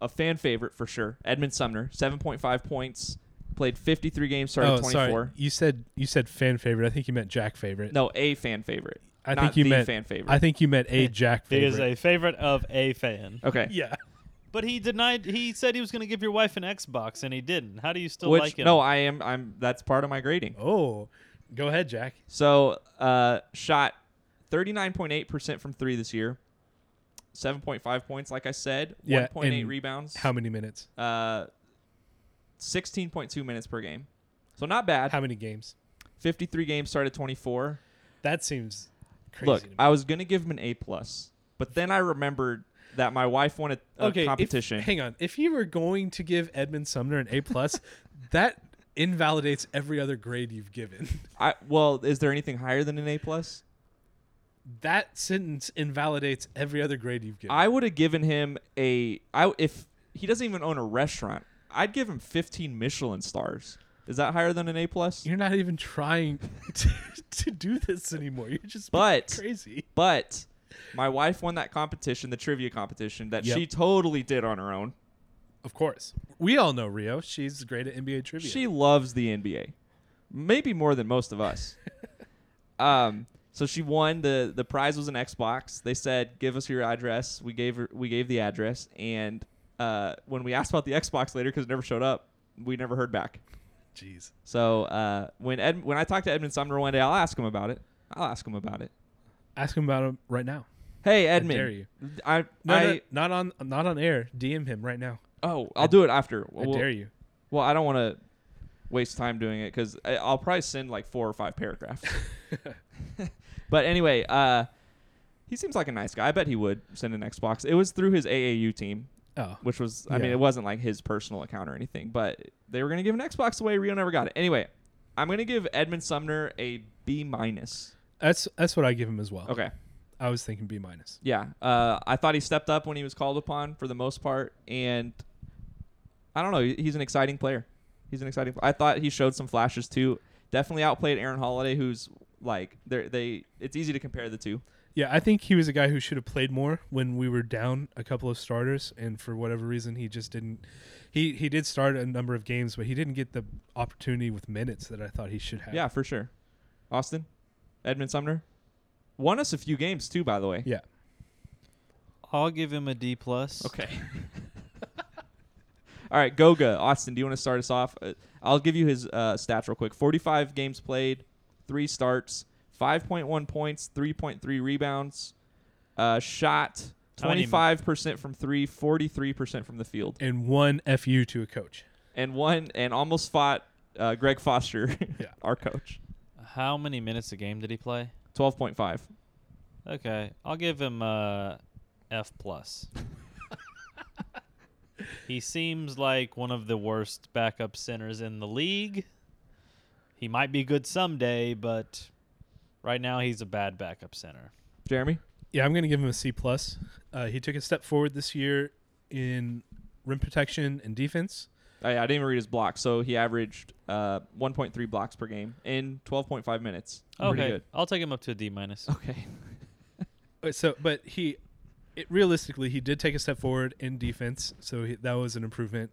a fan favorite for sure, Edmund Sumner, seven point five points, played fifty three games, started
Oh,
twenty
sorry.
four.
You said you said fan favorite. I think you meant Jack favorite.
No, a fan favorite.
I
not
think you
the
meant
fan favorite.
I think you meant a Jack
He
favorite.
is a favorite of a fan.
okay.
[LAUGHS] yeah.
But he denied. He said he was going to give your wife an Xbox, and he didn't. How do you still
Which
like him?
no, I am. I'm. That's part of my grading.
Oh, go ahead, Jack.
So, uh, shot 39.8% from three this year, 7.5 points, like I said,
Yeah,
1.8
and
rebounds,
How many minutes?
uh, 16.2 minutes per game. So, not bad.
How many games?
53 games started 24.
That seems crazy.
Look,
to me.
I was going to give him an A, plus, but then I remembered that my wife wanted a
okay, if-
competition.
hang on. If you were going to give Edmund Sumner an A
[LAUGHS]
plus, that invalidates every other grade you've given.
I, well, is there anything higher than an A? plus?
That sentence invalidates every other grade you've given.
I would have given him a I if he doesn't even own a restaurant, I'd give him 15 Michelin stars. Is that higher than an A plus?
You're not even trying [LAUGHS] to, to do this anymore. You're just being
But-
crazy.
But my wife won that competition, the trivia competition that
Yep.
she totally did on her own.
Of course, we all know Rio. She's great at NBA trivia.
She loves the NBA, maybe more than most
[LAUGHS]
of us. um, so she won the the prize was an Xbox. They said, "Give us your address." We gave her we gave the address, and uh, when we asked about the Xbox later because it never showed up, we never heard back.
Jeez.
So uh, when Ed, when I talk to Edmund Sumner one day, I'll ask him about it. I'll ask him about it.
Ask him about him right now.
Hey Edmund,
dare you.
I,
No,
I
no, not on not on air. DM him right now.
oh I'll do it after.
I dare you.
Well, I don't want to waste time doing it because I'll probably send like four or five paragraphs. [LAUGHS] but anyway, uh, he seems like a nice guy. I bet he would send an Xbox. It was through his AAU team,
Oh,
which was I mean
Yeah.
it wasn't like his personal account or anything, but they were gonna give an Xbox away. Rio never got it. Anyway, I'm gonna give Edmund Sumner a B minus.
that's that's what I give him as well.
Okay.
I was thinking B minus.
Yeah, uh, I thought he stepped up when he was called upon for the most part, and I don't know. he- He's an exciting player. He's an exciting. I thought he showed some flashes too. Definitely outplayed Aaron Holiday, who's like they're, they. It's easy to compare the two.
Yeah, I think he was a guy who should have played more when we were down a couple of starters, and for whatever reason, he just didn't. He he did start a number of games, but he didn't get the opportunity with minutes that I thought he should have.
Yeah, for sure. Austin, Edmund Sumner, won us a few games too. By the way.
yeah.
I'll give him a D plus.
Okay. [LAUGHS] All right, Goga, Austin, do you want to start us off? Uh, I'll give you his uh, stats real quick 45 games played, three starts, 5.1 points, 3.3 rebounds, uh, shot
How many-
25% from three, 43% from the field,
And one fu to a coach.
and one, and almost fought uh, Greg Foster, [LAUGHS]
Yeah.
our coach,
How many minutes a game did he play?
12.5.
Okay, I'll give him a F plus. he seems like one of the worst backup centers in the league. He might be good someday, but right now he's a bad backup center.
Jeremy?
Yeah, I'm going to give him a C plus. Uh, he took a step forward this year in rim protection and defense.
Oh, yeah, I didn't even read his blocks. So he averaged uh, 1.3 blocks per game in 12.5 minutes. Pretty
Okay,
good.
I'll take him up to a D minus.
Okay.
But Uh, so, but he, it, realistically, he did take a step forward in defense, so he, that was an improvement.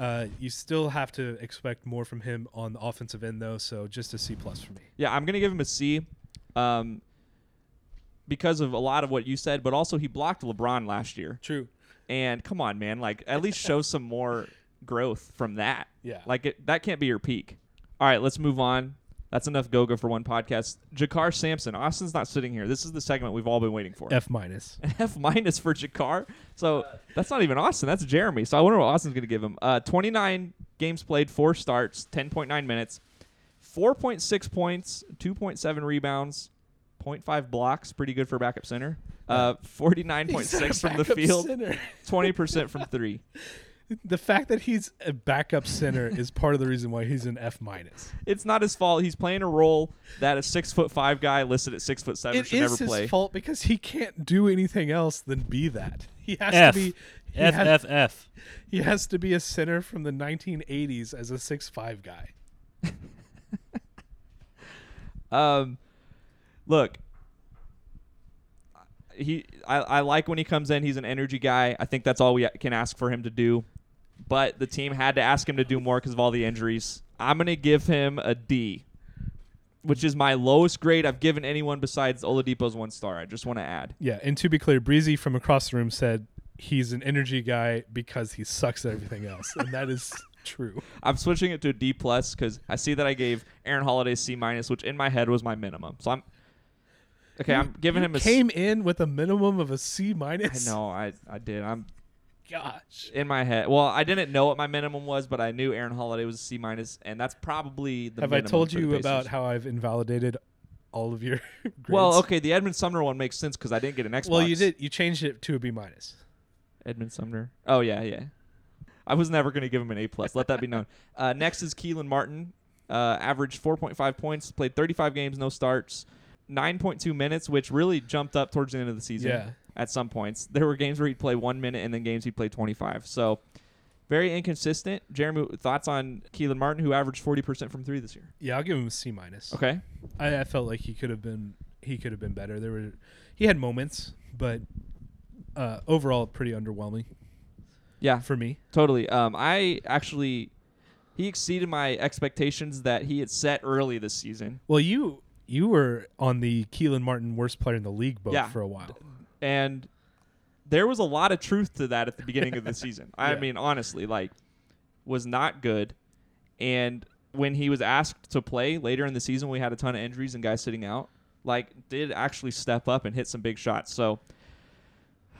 Uh, you still have to expect more from him on the offensive end, though. So just a C plus for me.
Yeah, I'm gonna give him a C, um, because of a lot of what you said, but also he blocked LeBron last year.
True.
And come on, man, like at least show some more growth from that.
Yeah.
like it, that can't be your peak. All right, let's move on. That's enough Goga for one podcast. Jakar Sampson, Austin's not sitting here. This is the segment we've all been waiting for.
F
[LAUGHS]
minus.
An F minus for Jakar. So that's not even Austin. That's Jeremy. So I wonder what Austin's going to give him. Uh, 29 games played, four starts, 10.9 minutes, 4.6 points, 2.7 rebounds, 0.5 blocks. Pretty good for a
[LAUGHS]
backup center. Uh, 49.6 from the field, 20% from three.
the fact that he's a backup center is part of the reason why he's an F minus.
It's not his fault. He's playing a role that a six foot five guy listed at six foot seven
It
should
is
never
his
play.
fault because he can't do anything else than be that. He has
F.
to be. He
F,
has,
F, F.
he has to be a center from the 1980s as a six five guy.
Um, look, he I, I like when he comes in. He's an energy guy. I think that's all we can ask for him to do. But the team had to ask him to do more because of all the injuries. I'm gonna give him a D, which is my lowest grade I've given anyone besides Oladipo's one star. I just want to add.
Yeah, and to be clear, Breezy from across the room said he's an energy guy because he sucks at everything else, and that
[LAUGHS]
is true.
I'm switching it to a D plus because I see that I gave Aaron Holiday C minus, which in my head was my minimum. So I'm okay. I'm giving him a. C-
Came in with a minimum of a C minus.
I know I I did. I'm
Gosh.
in my head. Well, I didn't know what my minimum was, but I knew Aaron Holiday was a C minus, and that's probably the.
Have I
minimum
told
for the
you
Pacers.
about how I've invalidated all of your [LAUGHS] grades?
Well, okay, the Edmund Sumner one makes sense because I didn't get an Xbox.
Well, you did. You changed it to a B minus.
Edmund Sumner. Oh yeah, yeah. I was never going to give him an A plus. Let that
[LAUGHS]
be known. Uh, next is Keelan Martin. Uh, averaged 4.5 points, played 35 games, no starts, 9.2 minutes, which really jumped up towards the end of the season.
Yeah.
At some points, there were games where he'd play one minute, and then games he'd play 25. So, very inconsistent. Jeremy, thoughts on Keelan Martin, who averaged 40% from three this year?
Yeah, I'll give him a C minus.
Okay.
I, I felt like he could have been he could have been better. There were he had moments, but uh, overall pretty underwhelming
Yeah.
for me.
Totally. Um, I actually, he exceeded my expectations that he had set early this season,
Well, you you were on the Keelan Martin worst player in the league boat
Yeah.
for a while.
and there was a lot of truth to that at the beginning of the season. I
Yeah.
mean, honestly, like, was not good, and when he was asked to play later in the season, we had a ton of injuries and guys sitting out. Like, did actually step up and hit some big shots. So, [SIGHS]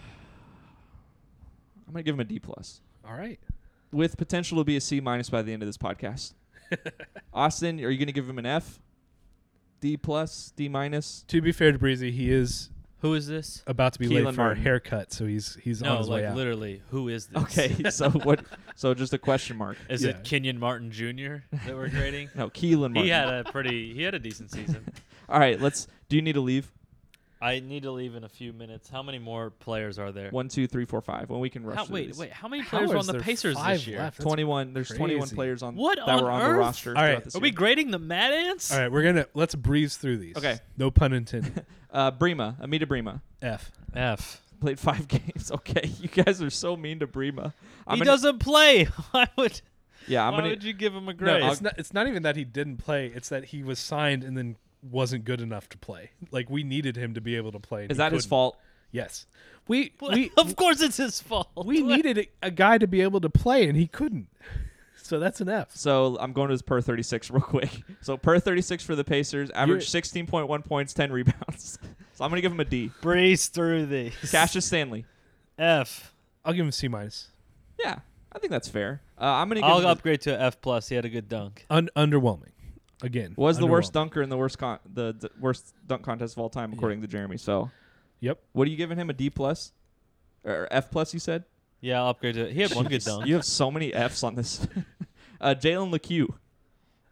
I'm gonna give him a D plus.
All right.
with potential to be a C minus by the end of this podcast. Austin, are you going to give him an F? D plus,
[LAUGHS]
D minus?
To be fair to Breezy, he is
Who is this?
about to be
Keelan
late for
Martin.
a haircut, so he's he's Oh, on
No,
his way
like
out.
literally, who is this? [LAUGHS]
Okay, so what? So just a question mark.
Is
Yeah.
it Kenyon Martin Jr. that we're grading?
No, Keelan Martin.
he had a pretty, he had a decent season.
All right, let's. Do you need to leave?
I need to leave in a few minutes. How many more players are there?
One, two, three, four, five. Well, we can rush.
How,
through
wait,
these.
wait. How many
How
players were
is
on the
there
Pacers
five
this year?
left? That's
Twenty-one. There's twenty-one
crazy.
players on
What
that
on
were on the
earth?
roster.
All
throughout
right,
this
Are we
year.
grading the Mad Ants?
All right, we're gonna let's breeze through these.
Okay.
No pun
[LAUGHS]
intended.
Uh, Brema, Amita Brema,
F.
F.
[LAUGHS] played five [LAUGHS] games. Okay, you guys are so mean to Brema. I'm
he
gonna-
doesn't play. [LAUGHS] Why would?
Yeah, I'm
why
gonna.
would you give him a
No,
grade?
it's not. It's not even that he didn't play. It's that he was signed and then wasn't good enough to play. Like we needed him to be able to play. and
is
he
that his
couldn't.
fault?
Yes. We
[LAUGHS] Well,
we
[LAUGHS] of course, it's his fault.
we
[LAUGHS]
needed a- a guy to be able to play and he couldn't. [LAUGHS] So that's an F.
So I'm going to his per 36 [LAUGHS] real quick. So per 36 for the Pacers, average 16.1 points, 10 rebounds. [LAUGHS] so I'm going to give him a
[LAUGHS]
D.
breeze through these.
Cassius Stanley.
F.
I'll give him a C minus. Yeah.
Yeah, I think that's fair. Uh, I'm going to give
I'll
him a-
upgrade to a F plus. He had a good dunk.
Un- underwhelming. Again.
was the worst
underwhelming.
dunker in the worst con- the, the worst dunk contest of all time according to Jeremy. So
Yep.
what are you giving him a D plus or F plus? You said
Yeah, I'll upgrade to. He had one good dunk.
you have so many Fs on this. [LAUGHS] uh, Jalen LeCue.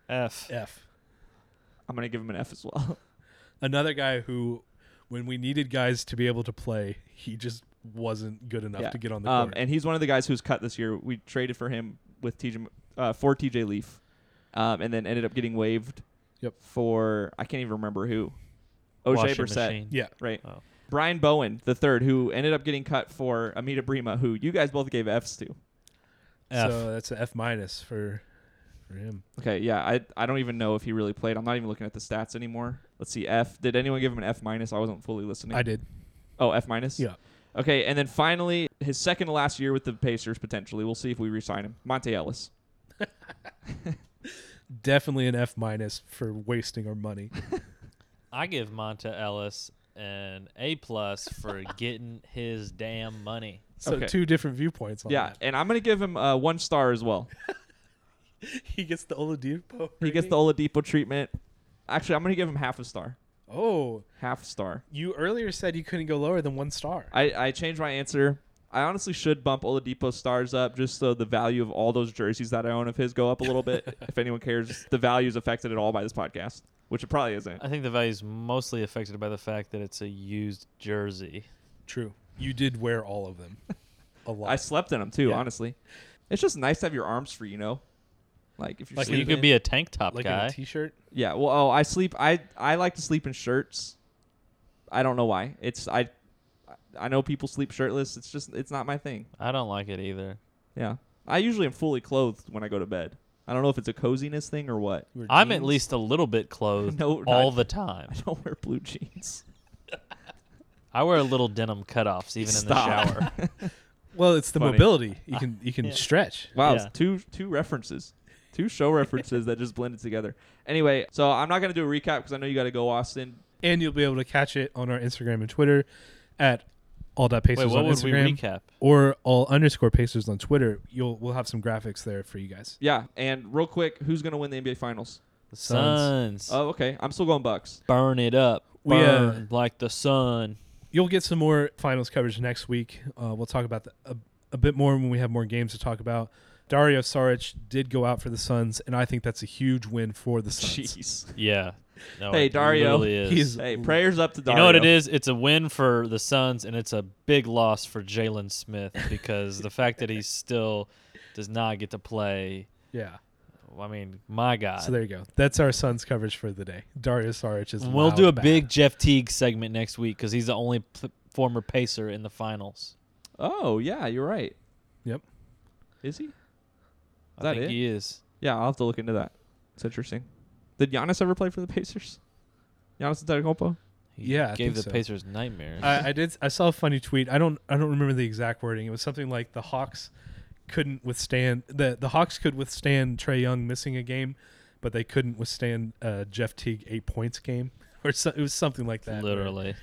F.
F.
I'm going to give him an F as well.
Another guy who, when we needed guys to be able to play, he just wasn't good enough
Yeah.
to get on the
um,
court.
and he's one of the guys who's cut this year. We traded for him with TJ M- uh, for TJ Leaf, um, and then ended up getting waived.
Yep.
For I can't even remember who. O'Shea
Washing
Brissett.
machine.
yeah.
Right.
Oh.
Brian Bowen the third, who ended up getting cut for Amita Brema, who you guys both gave Fs to.
F.
So that's an F minus for for him.
Okay, yeah, I I don't even know if he really played. I'm not even looking at the stats anymore. Let's see, F. Did anyone give him an F minus? I wasn't fully listening.
I did.
Oh, F minus.
Yeah.
Okay, and then finally, his second to last year with the Pacers potentially. We'll see if we re-sign him. Monte Ellis.
Definitely an F minus for wasting our
[LAUGHS]
money.
I give Monta Ellis an A plus for getting his damn money.
So
Okay.
two different viewpoints on
Yeah,
that.
and I'm gonna give him uh, one star as well.
He gets the Oladipo.
He gets the
rating.
Oladipo treatment. Actually, I'm gonna give him half a star.
Oh,
Half star.
you earlier said you couldn't go lower than one star.
I, I changed my answer. I honestly should bump Oladipo stars up just so the value of all those jerseys that I own of his go up a little bit. if anyone cares, the value is affected at all by this podcast, which it probably isn't.
I think the value is mostly affected by the fact that it's a used jersey.
True. You did wear all of them. A lot.
I slept in them too,
Yeah.
honestly. It's just nice to have your arms free, you know. Like if you're
Like
So you
sleeping,
could be a tank top
like in
guy.
a t-shirt.
yeah. Well, oh, I sleep. I I like to sleep in shirts. I don't know why. It's I. I know people sleep shirtless. It's just it's not my thing.
I don't like it either.
Yeah. I usually am fully clothed when I go to bed. I don't know if it's a coziness thing or what.
You were
I'm at
jeans?
least a
[LAUGHS]
little bit clothed
No,
all
not-
the time.
[LAUGHS] I don't wear blue jeans.
I wear little denim cutoffs even
Stop.
in
[LAUGHS]
the shower.
Well, it's the
Funny.
mobility. You can you can
Yeah.
stretch.
Wow,
Yeah.
it's two two references, two show references that just blended together. Anyway, so I'm not gonna do a recap because I know you got to go, Austin.
And you'll be able to catch it on our Instagram and Twitter at all dot
Wait,
pacers
what
on
would we
Instagram
recap?
or all underscore pacers on Twitter. You'll we'll have some graphics there for you guys.
Yeah, and real quick, who's gonna win the NBA Finals?
The
Suns.
Suns.
Oh, okay, I'm still going
[LAUGHS]
Bucks.
Burn it up.
We, uh,
Burn like the sun.
You'll get some more finals coverage next week. Uh, we'll talk about the, a, a bit more when we have more games to talk about. Dario Saric did go out for the Suns, and I think that's a huge win for the Suns.
Jeez.
Yeah. No,
Hey,
Oh, it
Dario.
literally Is.
He's-
Hey, prayers up to
you
Dario.
know what it is? It's a win for the Suns, and it's a big loss for Jalen Smith because the
[LAUGHS]
fact that he still does not get to play.
Yeah.
I mean, my God.
So there you go. That's our Suns coverage for the day. Dario Saric is.
we'll
loud
do a
bad.
big Jeff Teague segment next week because he's the only p- former Pacer in the finals.
Oh yeah, you're right.
Yep.
Is he?
I
that
think
it?
he is.
Yeah, I'll have to look into that. It's interesting. Did Giannis ever play for the Pacers? Giannis Antetokounmpo.
He
Yeah, I
gave
think
the
so.
Pacers nightmares.
I, I did. I saw a funny tweet. I don't. I don't remember the exact wording. It was something like the Hawks couldn't withstand the the Hawks could withstand Trey Young missing a game, but they couldn't withstand uh, Jeff Teague eight points game, [LAUGHS] or so, it was something like that. where
[LAUGHS] literally.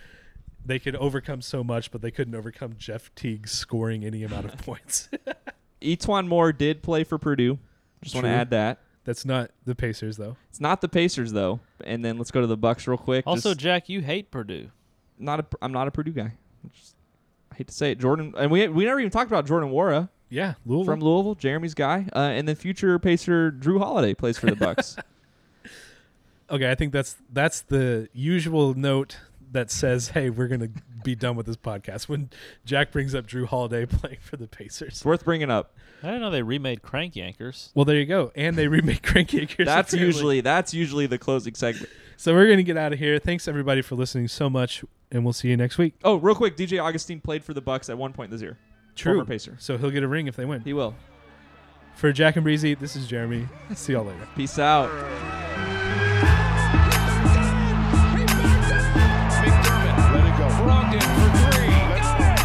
they could overcome so much, but they couldn't overcome Jeff Teague scoring any amount of points. [LAUGHS]
Etwan Moore did play for Purdue. Just want to
True.
add that.
That's not the Pacers though.
It's not the Pacers though. And then let's go to the Bucks real quick.
Also,
Just-
Jack, you hate Purdue.
not a I'm not a Purdue guy. I just- I hate to say it, Jordan, and we we never even talked about Jordan Wara
Yeah, Louisville.
from Louisville, Jeremy's guy, uh, and then future Pacer Drew Holiday plays for the Bucks.
okay, I think that's that's the usual note that says, "Hey, we're gonna be done with this podcast." When Jack brings up Drew Holiday [LAUGHS] playing for the Pacers.
it's worth bringing up.
I didn't know they remade Crank Yankers.
Well, there you go. And they remake [LAUGHS] Cranky Acres.
That's
apparently.
usually that's usually the closing segment.
So we're going to get out of here. Thanks, everybody, for listening so much. And we'll see you next week.
Oh, real quick, DJ Augustine played for the Bucks at one point this year. Former Pacer.
So he'll get a ring if they win.
He will.
For Jack and Breezy, this is Jeremy. See y'all later.
Peace out.
Let it go. Brogdon for three. Got it!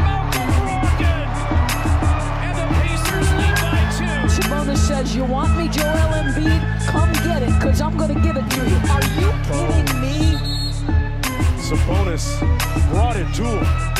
Malcolm Brogdon! And the Pacers lead by two.
Sabonis says, You want me, Joel Embiid? Come get it, because I'm going to give it to you. Are you kidding me?
Sabonis brought it to him.